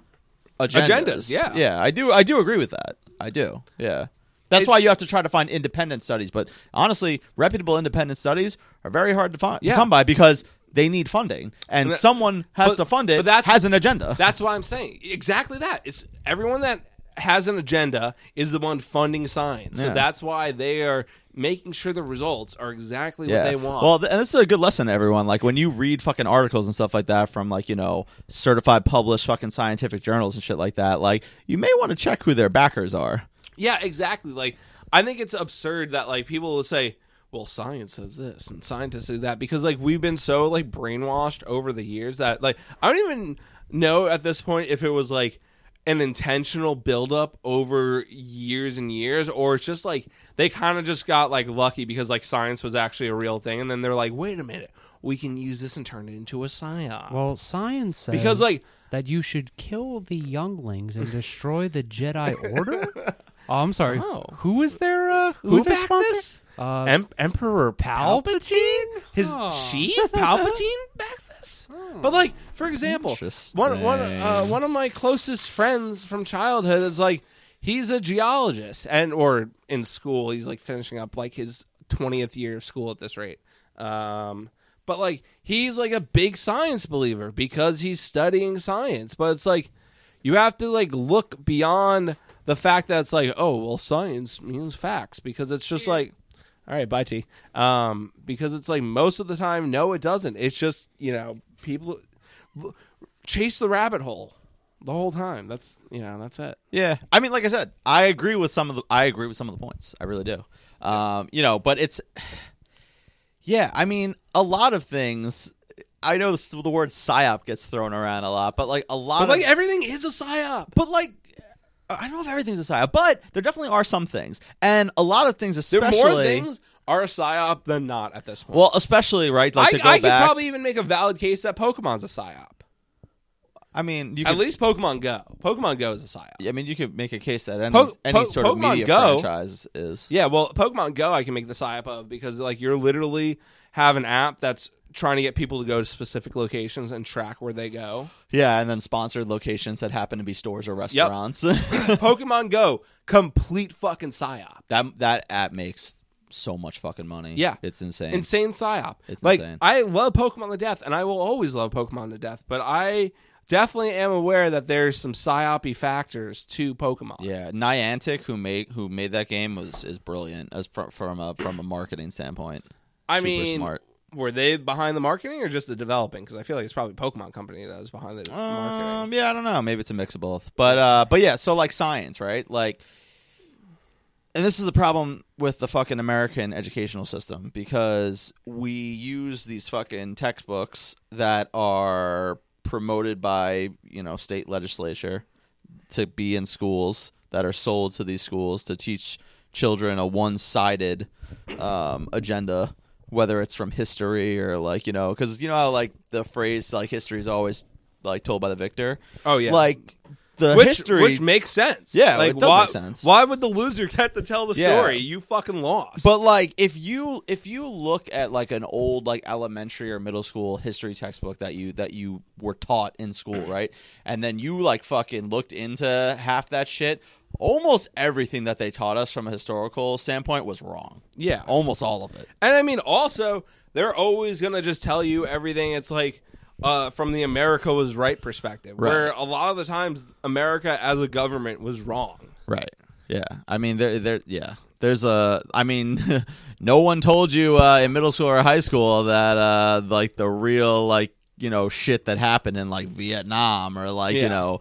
agendas. Agendas, yeah. yeah. I do. I do agree with that. I do. Yeah. That's It- why you have to try to find independent studies. But honestly, reputable independent studies are very hard to find Yeah. to come by because They need funding, and that- someone has but- to fund it. but that's- has an agenda. <laughs> That's what I'm saying. Exactly that. It's everyone that has an agenda is the one funding science. So Yeah. that's why they are making sure the results are exactly what they want. Well, th- and this is a good lesson to everyone. Like when you read fucking articles and stuff like that from like, you know, certified published fucking scientific journals and shit like that, like you may want to check who their backers are. yeah, exactly. Like I think it's absurd that like people will say, "Well, science says this and scientists say that," because like we've been so like brainwashed over the years that like I don't even know at this point if it was like an intentional buildup over years and years or it's just like they kind of just got like lucky because like science was actually a real thing and then they're like wait a minute we can use this and turn it into a science Well, science says Because, like- that you should kill the younglings and destroy the Jedi Order. <laughs> Oh, I'm sorry. Oh. Who was their uh, who, Who was their backed sponsor? this? Uh, Em- Emperor Palpatine? His Huh. Hmm. <laughs> chief Palpatine backed this? But like, for example, one one uh, Interesting. one of my closest friends from childhood is like he's a geologist and or in school he's like finishing up like his 20th year of school at this rate. Um but like he's like a big science believer because he's studying science, but it's like you have to like look beyond the fact that it's like, oh well, science means facts because it's just like, all right, bye T. Um, because it's like most of the time, no, it doesn't. It's just you know people chase the rabbit hole the whole time. That's you know that's it. Yeah, I mean, like I said, I agree with some of the I agree with some of the points. I really do. Um, you know, but it's <sighs> yeah. I mean, a lot of things. I know this, the word psyop gets thrown around a lot, but like a lot of But like everything is a psyop. but like. I don't know if everything's a psyop, but there definitely are some things, and a lot of things, There especially are more things are a psyop than not at this point. Well, especially right, like I, to go I could back. probably even make a valid case that Pokemon's a psyop. I mean, you At could, least Pokemon Go. Pokemon Go is a psyop. I mean, you could make a case that any, Po- any po- sort of Pokemon media Go- franchise is. Yeah, well, Pokemon Go, I can make the psyop of because like you're literally have an app that's trying to get people to go to specific locations and track where they <laughs> go. Yeah, and then sponsored locations that happen to be stores or <laughs> restaurants. Pokemon Go, complete fucking psyop, that that app makes so much fucking money. Yeah. it's insane. insane psyop. It's like insane. I love Pokemon to death, and I will always love Pokemon to death, but I definitely am aware that there's some psyopy factors to Pokemon. yeah, Niantic, who made who made that game, was is brilliant as from from a from a marketing standpoint. I Super mean, smart. were they behind the marketing or just the developing? Because I feel like it's probably Pokemon Company that was behind the marketing. Um, yeah, I don't know. Maybe it's a mix of both. But uh, but yeah, so like science, right? Like, and this is the problem with the fucking American educational system because we use these fucking textbooks that are promoted by you know state legislature to be in schools that are sold to these schools to teach children a one-sided um, agenda whether it's from history or like you know because you know how like the phrase like history is always like told by the victor Oh, yeah. like the which, history which makes sense. Yeah, like it does why, make sense. Why would the loser get to tell the Yeah. story? You fucking lost. But like if you if you look at like an old like elementary or middle school history textbook that you that you were taught in school, Mm. right? And then you like fucking looked into half that shit, almost everything that they taught us from a historical standpoint was wrong. yeah, Almost all of it. and I mean also they're always gonna just tell you everything. It's like. Uh, from the America was right perspective, where a lot of the times America as a government was wrong. Right. Yeah. I mean there there yeah. There's a I mean <laughs> no one told you uh, in middle school or high school that uh like the real like you know shit that happened in like Vietnam or like Yeah. you know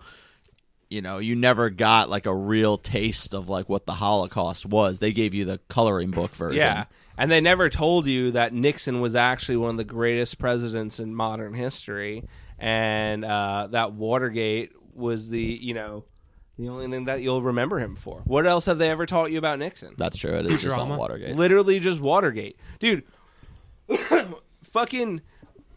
you know you never got like a real taste of like what the Holocaust was. They gave you the coloring book version. Yeah, and they never told you that Nixon was actually one of the greatest presidents in modern history, and uh, that Watergate was the you know the only thing that you'll remember him for. What else have they ever taught you about Nixon? That's true. It is just on Drama. Watergate. Literally just Watergate. Dude, <coughs> fucking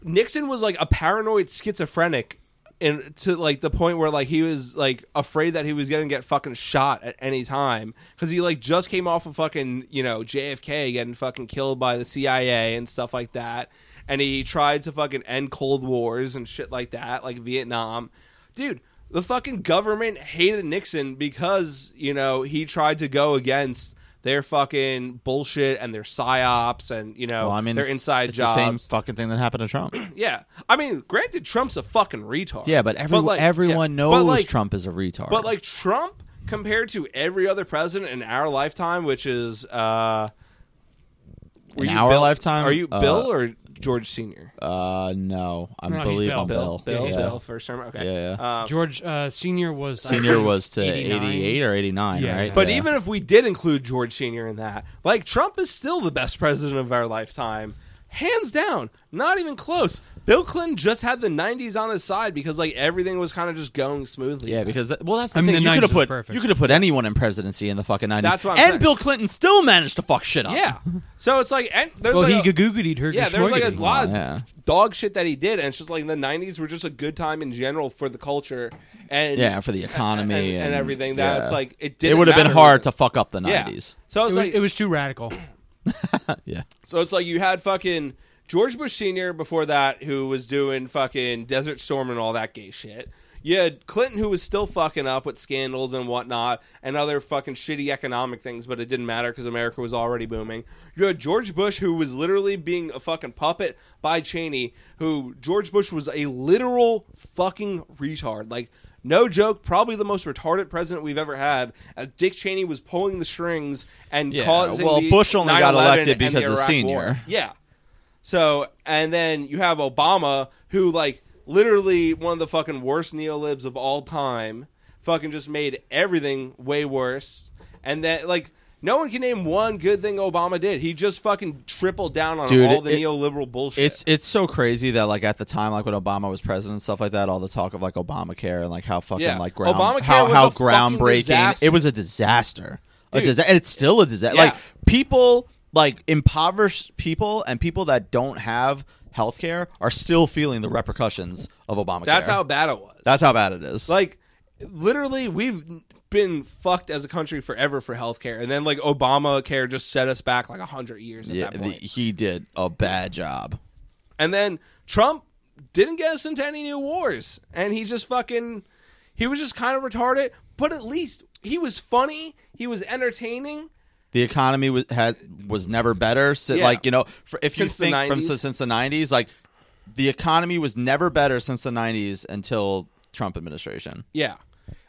Nixon was like a paranoid schizophrenic and to like the point where like he was like afraid that he was going to get fucking shot at any time cuz he like just came off of fucking, you know, JFK getting fucking killed by the CIA and stuff like that. And he tried to fucking end cold wars and shit like that, like Vietnam. Dude, the fucking government hated Nixon because, you know, he tried to go against They're fucking bullshit and they're psyops and you know Well, I mean, they're it's- inside it's jobs. the same fucking thing that happened to <clears throat> Trump. Yeah, I mean, granted, Trump's a fucking retard. Yeah, but, every, like, everyone yeah. knows But like, Trump is a retard. But like Trump, compared to every other president in our lifetime, which is uh, were In you our Bill- lifetime? are you Uh, Bill or George Senior? uh, no, I No, he's believe Bill. I'm Bill. Bill, Yeah. Bill, first term. Okay, Yeah, Um, George uh, Senior was I Senior think, <laughs> was to 89. 88 or 89, Yeah. right? But Yeah. even if we did include George Senior in that, like Trump is still the best president of our lifetime, hands down. Not even close. Bill Clinton just had the '90s on his side because like everything was kind of just going smoothly. Yeah, because that, well, that's the I mean, thing. the you could 90s have was put perfect. you could have put anyone in presidency in the fucking nineties. That's what I'm and saying. Bill Clinton still managed to fuck shit up. Yeah. So it's like, and there's Well, like he a- gagoogied her. yeah, there's like a gashmoogity. lot of Yeah. dog shit that he did, and it's just like the '90s were just a good time in general for the culture and yeah, for the economy and, and, and everything. That it's yeah. like it did. it would have been hard to fuck up the nineties. So It it's was, like it was too radical. Yeah. so it's like you had fucking George Bush Senior before that, who was doing fucking Desert Storm and all that gay shit. You had Clinton, who was still fucking up with scandals and whatnot, and other fucking shitty economic things, but it didn't matter because America was already booming. You had George Bush, who was literally being a fucking puppet by Cheney, who George Bush was a literal fucking retard. Like, no joke, probably the most retarded president we've ever had. As Dick Cheney was pulling the strings and Yeah, causing well, the Bush only got 9/11 elected and the because of Iraq senior. War. Yeah. So, and then you have Obama, who like literally one of the fucking worst neolibs of all time, fucking just made everything way worse. And that like no one can name one good thing Obama did. He just fucking tripled down on Dude, all the it- neoliberal bullshit. It's it's so crazy that like at the time like when Obama was president and stuff like that, all the talk of like Obamacare and like how fucking Yeah. like ground Obamacare how was how a fucking groundbreaking disaster. it was a disaster. A Dude. disa- and it's still a disaster. Yeah. Like people like impoverished people and people that don't have health care are still feeling the repercussions of Obamacare. that's how bad it was. that's how bad it is. Like, literally, we've been fucked as a country forever for healthcare, and then like Obamacare just set us back like hundred years at yeah, that the- point. he did a bad job. and then Trump didn't get us into any new wars, and he just fucking he was just kind of retarded. But at least he was funny. He was entertaining. the economy was had was never better. So, Yeah. Like you know, for, if Since the you think from 90s. since the nineties, like the economy was never better since the nineties until Trump administration. Yeah,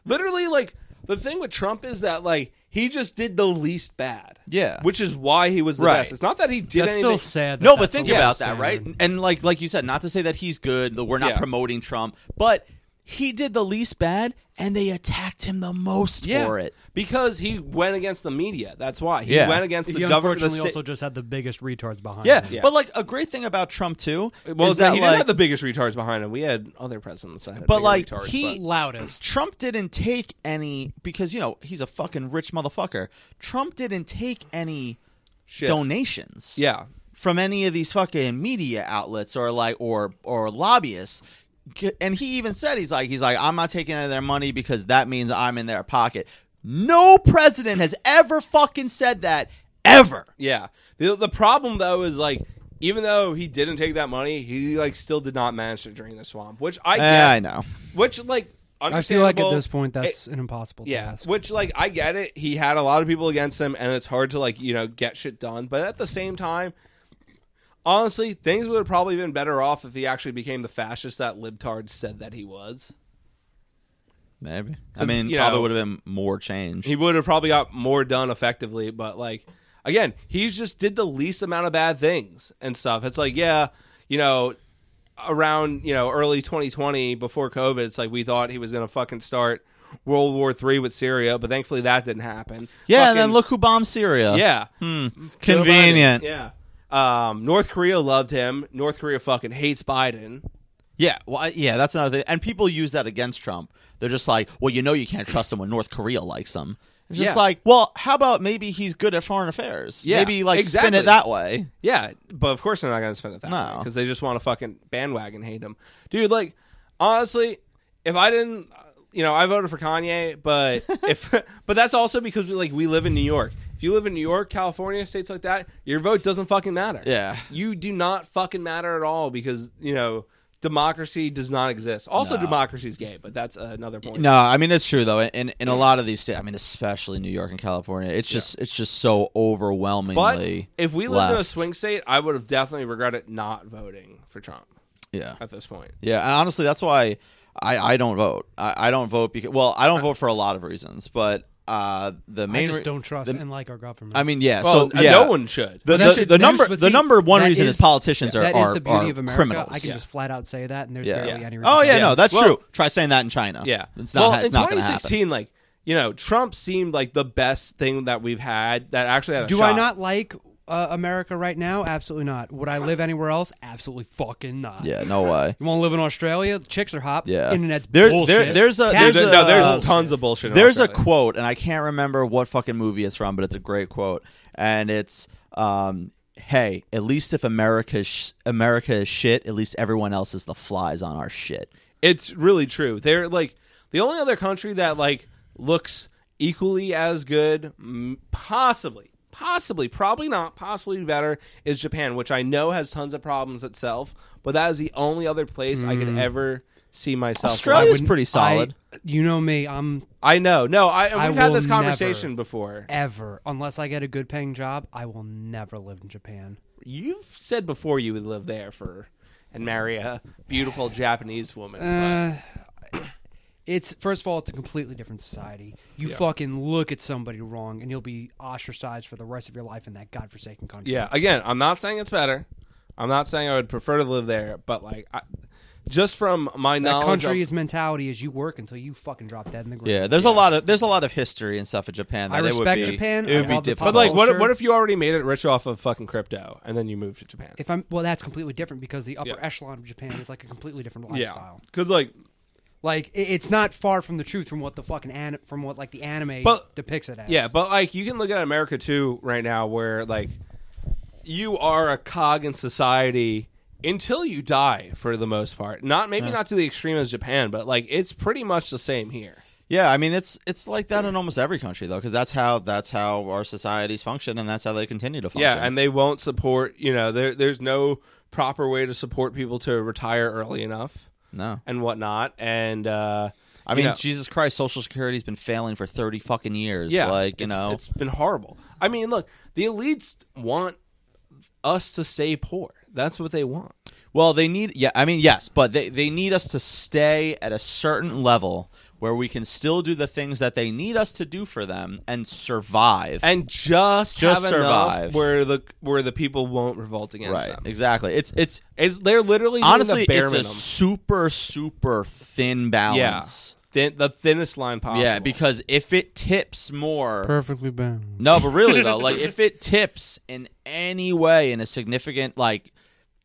literally like. The thing with Trump is that like he just did the least bad. Yeah. which is why he was the Right. best. It's not that he did That's still anything. sad. that no, that's but think the about lowest that, right? standard. And like like you said, not to say that he's good. that We're not Yeah. promoting Trump, but he did the least bad, and they attacked him the most for it. because he went against the media. That's why he Yeah. went against the he government. the unfortunately sta- also just had the biggest retards behind. Yeah, him. Yeah. but like a great thing about Trump too well, is that he like, didn't have the biggest retards behind him. We had other presidents, that had But, bigger like, retards, he- but- loudest. Trump didn't take any because you know he's a fucking rich motherfucker. Trump didn't take any Shit. donations. yeah, From any of these fucking media outlets or like or or lobbyists. G- And he even said he's like he's like I'm not taking any of their money because that means I'm in their pocket. No president has ever fucking said that ever. Yeah. The the problem though is like even though he didn't take that money, he like still did not manage to drain the swamp, which I get. Eh, I know. Which like I feel like at understandable. this point It- that's an impossible yeah, task. which like I get it. He had a lot of people against him, and it's hard to like you know get shit done. But at the same time, honestly, things would have probably been better off if he actually became the fascist that libtard said that he was. Maybe. I mean, you probably know- would have been more change. He would have probably got more done effectively, but like again, he's just did the least amount of bad things and stuff. It's like, yeah, you know, around, you know, early 2020 before COVID, it's like we thought he was going to fucking start World War 3 with Syria, but thankfully that didn't happen. yeah, and then Fucking- look who bombed Syria. Yeah. Joe Biden, Convenient. Yeah. Um, North Korea loved him. North Korea fucking hates Biden. Yeah, well, I- yeah, that's another thing. And people use that against Trump. They're just like, well, you know, you can't trust him when North Korea likes him. It's just Yeah. like, well, how about maybe he's good at foreign affairs? Yeah, maybe like spin exactly. it that way. Yeah, but of course they're not going to spend it that No. because they just want to fucking bandwagon hate him, dude. Like, honestly, if I didn't, uh, you know, I voted for Kanye, <laughs> but if, <laughs> but that's also because we like we live in New York. If you live in New York, California, states like that, your vote doesn't fucking matter. Yeah. you do not fucking matter at all because you know democracy does not exist. Also, No. democracy is gay, but that's another point. No, I mean it's true though. In in a lot of these states, I mean especially New York and California, it's just it's just so but overwhelmingly. if we lived in a left. swing state, I would have definitely regretted not voting for Trump yeah, at this point. yeah, and honestly, that's why I I don't vote. I, I don't vote because well, I don't vote for a lot of reasons, but uh, the I main just re- don't trust the- and like our government. I mean, yeah. Well, uh, so yeah, no one should. The, But that's the, just- the that number is- but the see, number one that reason is- is, politicians are that is are, the beauty are of America. criminals. I can just flat out say that, and there's Yeah. barely Yeah. any. Oh yeah, repercussions. no, that's Well- true. Try saying that in China. Yeah, it's not. Well, ha- it's in not going to happen. 2016, like you know, Trump seemed like the best thing that we've had. That actually had a Do shot. I not like uh, America right now? Absolutely not. Would I live anywhere else? Absolutely fucking not. Yeah, no way. <laughs> You want to live in Australia? Chicks are hot. Yeah. Internet's There- bullshit. there- there's a- There's Taxes There's no, a- there's are bullshit. tons of bullshit. in Oh, There's a Australia. quote, and I can't remember what fucking movie it's from, but it's a great quote, and it's, um, "Hey, at least if America sh- America is shit, at least everyone else is the flies on our shit." It's really true. They're like the only other country that like looks equally as good, m- possibly, possibly, probably not, possibly better is Japan, which I know has tons of problems itself. But that is the only other place I Mm. could ever see myself. Australia- I It's pretty solid. I- you know me. I'm I know. No, I I we've had will this never- conversation before. ever unless I get a good paying job, I will never live in Japan. You've said before you would live there for and marry a beautiful Japanese woman. Uh, it's first of all, it's a completely different society. You fucking look at somebody wrong, and you'll be ostracized for the rest of your life in that godforsaken country. Yeah, again, I'm not saying it's better. I'm not saying I would prefer to live there, but like, I, just from my that knowledge, country's of, mentality is you work until you fucking drop dead in the ground. Yeah, there's a lot of there's a lot of history and stuff in Japan. That I it would respect be- Japan. It I would be love the difficult. but like, what culture. what if you already made it rich off of fucking crypto and then you moved to Japan? If I'm well, that's completely different because the upper Yeah. echelon of Japan is like a completely different yeah, lifestyle. because like, Like it, it's not far from the truth from what the fucking an, from what like the anime But- depicts it as. yeah, but like, you can look at America too right now, where like, you are a cog in society until you die for the most part. Not maybe not to the extreme as Japan, but like, it's pretty much the same here. Yeah, I mean it's it's like that in almost every country though, because that's how that's how our societies function, and that's how they continue to function. Yeah, and they won't support. You know, there there's no proper way to support people to retire early enough no, and whatnot. And uh, I you mean know, Jesus Christ, Social Security's been failing for thirty fucking years. yeah, like you it's- know, it's been horrible. I mean, look, the elites want us to stay poor. That's what they want. Well, they need yeah, I mean yes, but they they need us to stay at a certain level where we can still do the things that they need us to do for them and survive. And just Just have enough survive. where the where the people won't revolt against right. them. Exactly. It's it's It's they're literally doing honestly the bare it's a minimum. super super thin yeah, balance. thin, the thinnest line possible. Yeah, because if it tips more perfectly balanced. No, but really though, like <laughs> if it tips in any way in a significant like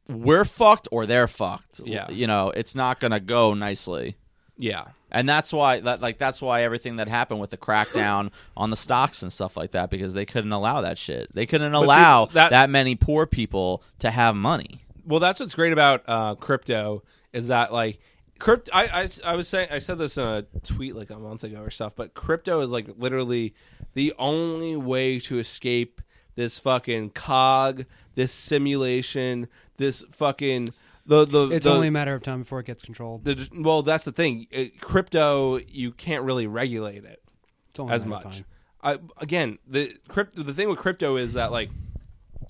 we're fucked or they're fucked. Yeah. You know, it's not going to go nicely. yeah, And that's why, that, like, that's why everything that happened with the crackdown on the stocks and stuff like that, because they couldn't allow that shit. They couldn't allow that- that, many poor people to have money. well that's what's great about uh, crypto is that like crypto I, I s- I was saying i said this in a tweet like a month ago or stuff but crypto is like literally the only way to escape this fucking cog this simulation this fucking the the It's the- only a matter of time before it gets controlled. the, well that's the thing It- crypto you can't really regulate it It's only a as matter of much. time. I, again, the crypto, the thing with crypto is that like,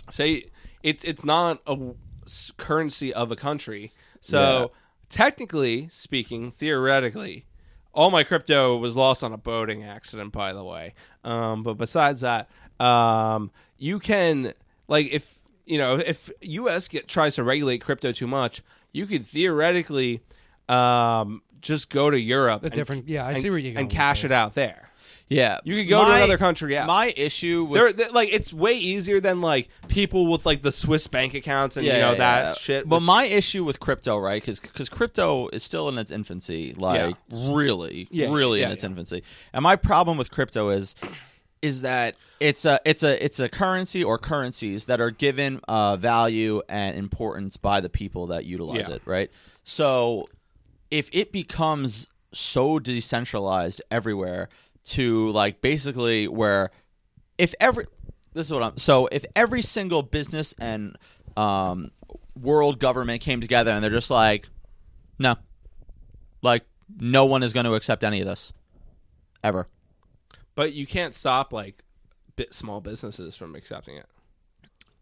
say it's it's not a w- s- currency of a country. So technically speaking, theoretically, all my crypto was lost on a boating accident. By the way, um, but besides that, um, you can like if you know if U.S. Get, tries to regulate crypto too much, you could theoretically. Um, just go to Europe. and- different- yeah, I and- see where you're going And with cash this. it out there. Yeah, You could go to another country, yeah. my issue with They're, they're- like it's way easier than like people with like the Swiss bank accounts and you know that shit. But with- my issue with crypto, right? Because crypto is still in its infancy, like really, Yeah, really in yeah, its yeah. infancy. And my problem with crypto is, is that it's a it's a it's a currency or currencies that are given uh, value and importance by the people that utilize Yeah. it, right? So if it becomes so decentralized everywhere to like basically where if every this is what I'm so if every single business and um world government came together and they're just like No. Like no one is going to accept any of this ever. But you can't stop like bit small businesses from accepting it.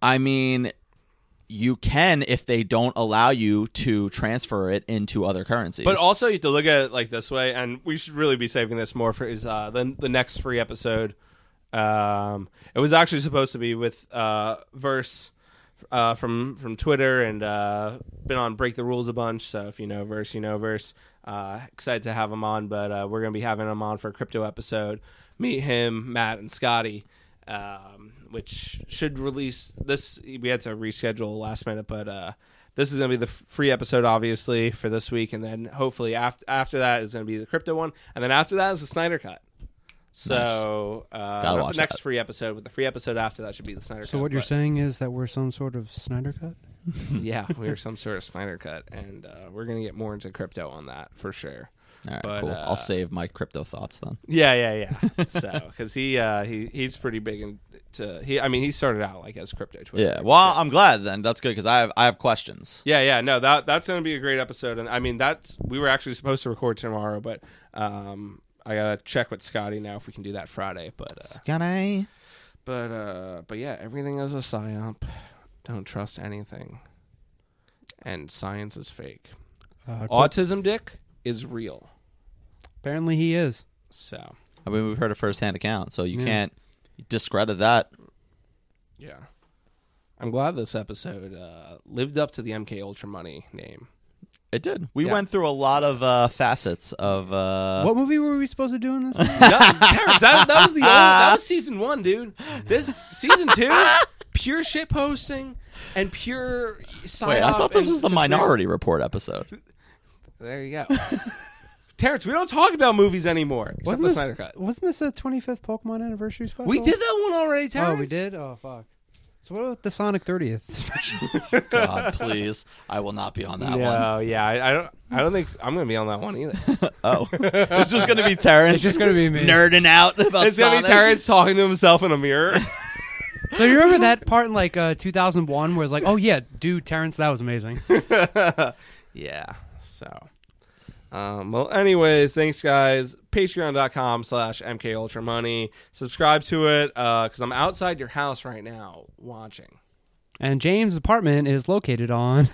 I mean, you can if they don't allow you to transfer it into other currencies. But also, you have to look at it like this way, and we should really be saving this more for is uh, the the next free episode. Um, it was actually supposed to be with uh, Verse uh, from from Twitter and uh, been on Break the Rules a bunch. So if you know Verse, you know Verse. Uh, excited to have him on, but uh, we're gonna be having him on for a crypto episode. Meet him, Matt, and Scotty. Um, which should release this. We had to reschedule last minute, but uh, this is going to be the f- free episode, obviously, for this week, and then hopefully after after that is going to be the crypto one, and then after that is the Snyder cut. So uh, not watch the next that. free episode, but the free episode after that should be the Snyder cut. So what you're saying is that we're some sort of Snyder cut? saying? <laughs> yeah, we're some sort of Snyder cut, and uh, we're going to get more into crypto on that for sure. All right, but, cool. uh, I'll save my crypto thoughts then. Yeah, yeah, yeah. so because he uh, he he's pretty big into he. I mean, he started out like as crypto Twitter. Yeah. Well, I'm glad then. That's good because I have I have questions. Yeah, yeah, no, that that's gonna be a great episode, and I mean that's we were actually supposed to record tomorrow, but um, I gotta check with Scotty now if we can do that Friday. But uh, Skinny. but uh, but yeah, everything is a psyop. Don't trust anything, and science is fake. Uh, Autism, Dick, is real. apparently he is. So I mean, we've heard a firsthand account, so you Yeah. can't discredit that. yeah, I'm glad this episode uh, lived up to the MK Ultra Money name. It did. We Yeah. went through a lot of uh, facets of. Uh, what movie were we supposed to do <laughs> in this? No, Terrence, that, that was the old, <laughs> that was season one, dude. This season two, pure shit posting and pure. Wait, I thought this was the minority. Minority Report episode. There you go, Terrence. We don't talk about movies anymore, except wasn't the this, Snyder Cut. Wasn't this a 25th Pokemon anniversary special? We did that one already, Oh, Terrence. we did. Oh, fuck. So what about the Sonic 30th <laughs> special? God, please, I will not be on that No, Oh, yeah, I, I don't. I don't think I'm gonna be on that one either. one. <laughs> Oh, it's just gonna be Terrence. It's just gonna be me. nerding out about it's gonna be Sonic. Terrence talking to himself in <laughs> a mirror. so you remember <laughs> that part in like uh, 2001 where it's like, oh yeah, dude, Terrence, that was <laughs> amazing. yeah. So, um, well, anyways, thanks guys. Patreon.com slash MK Ultra Money. Subscribe to it uh, because I'm outside your house right now watching. and James' apartment is located on.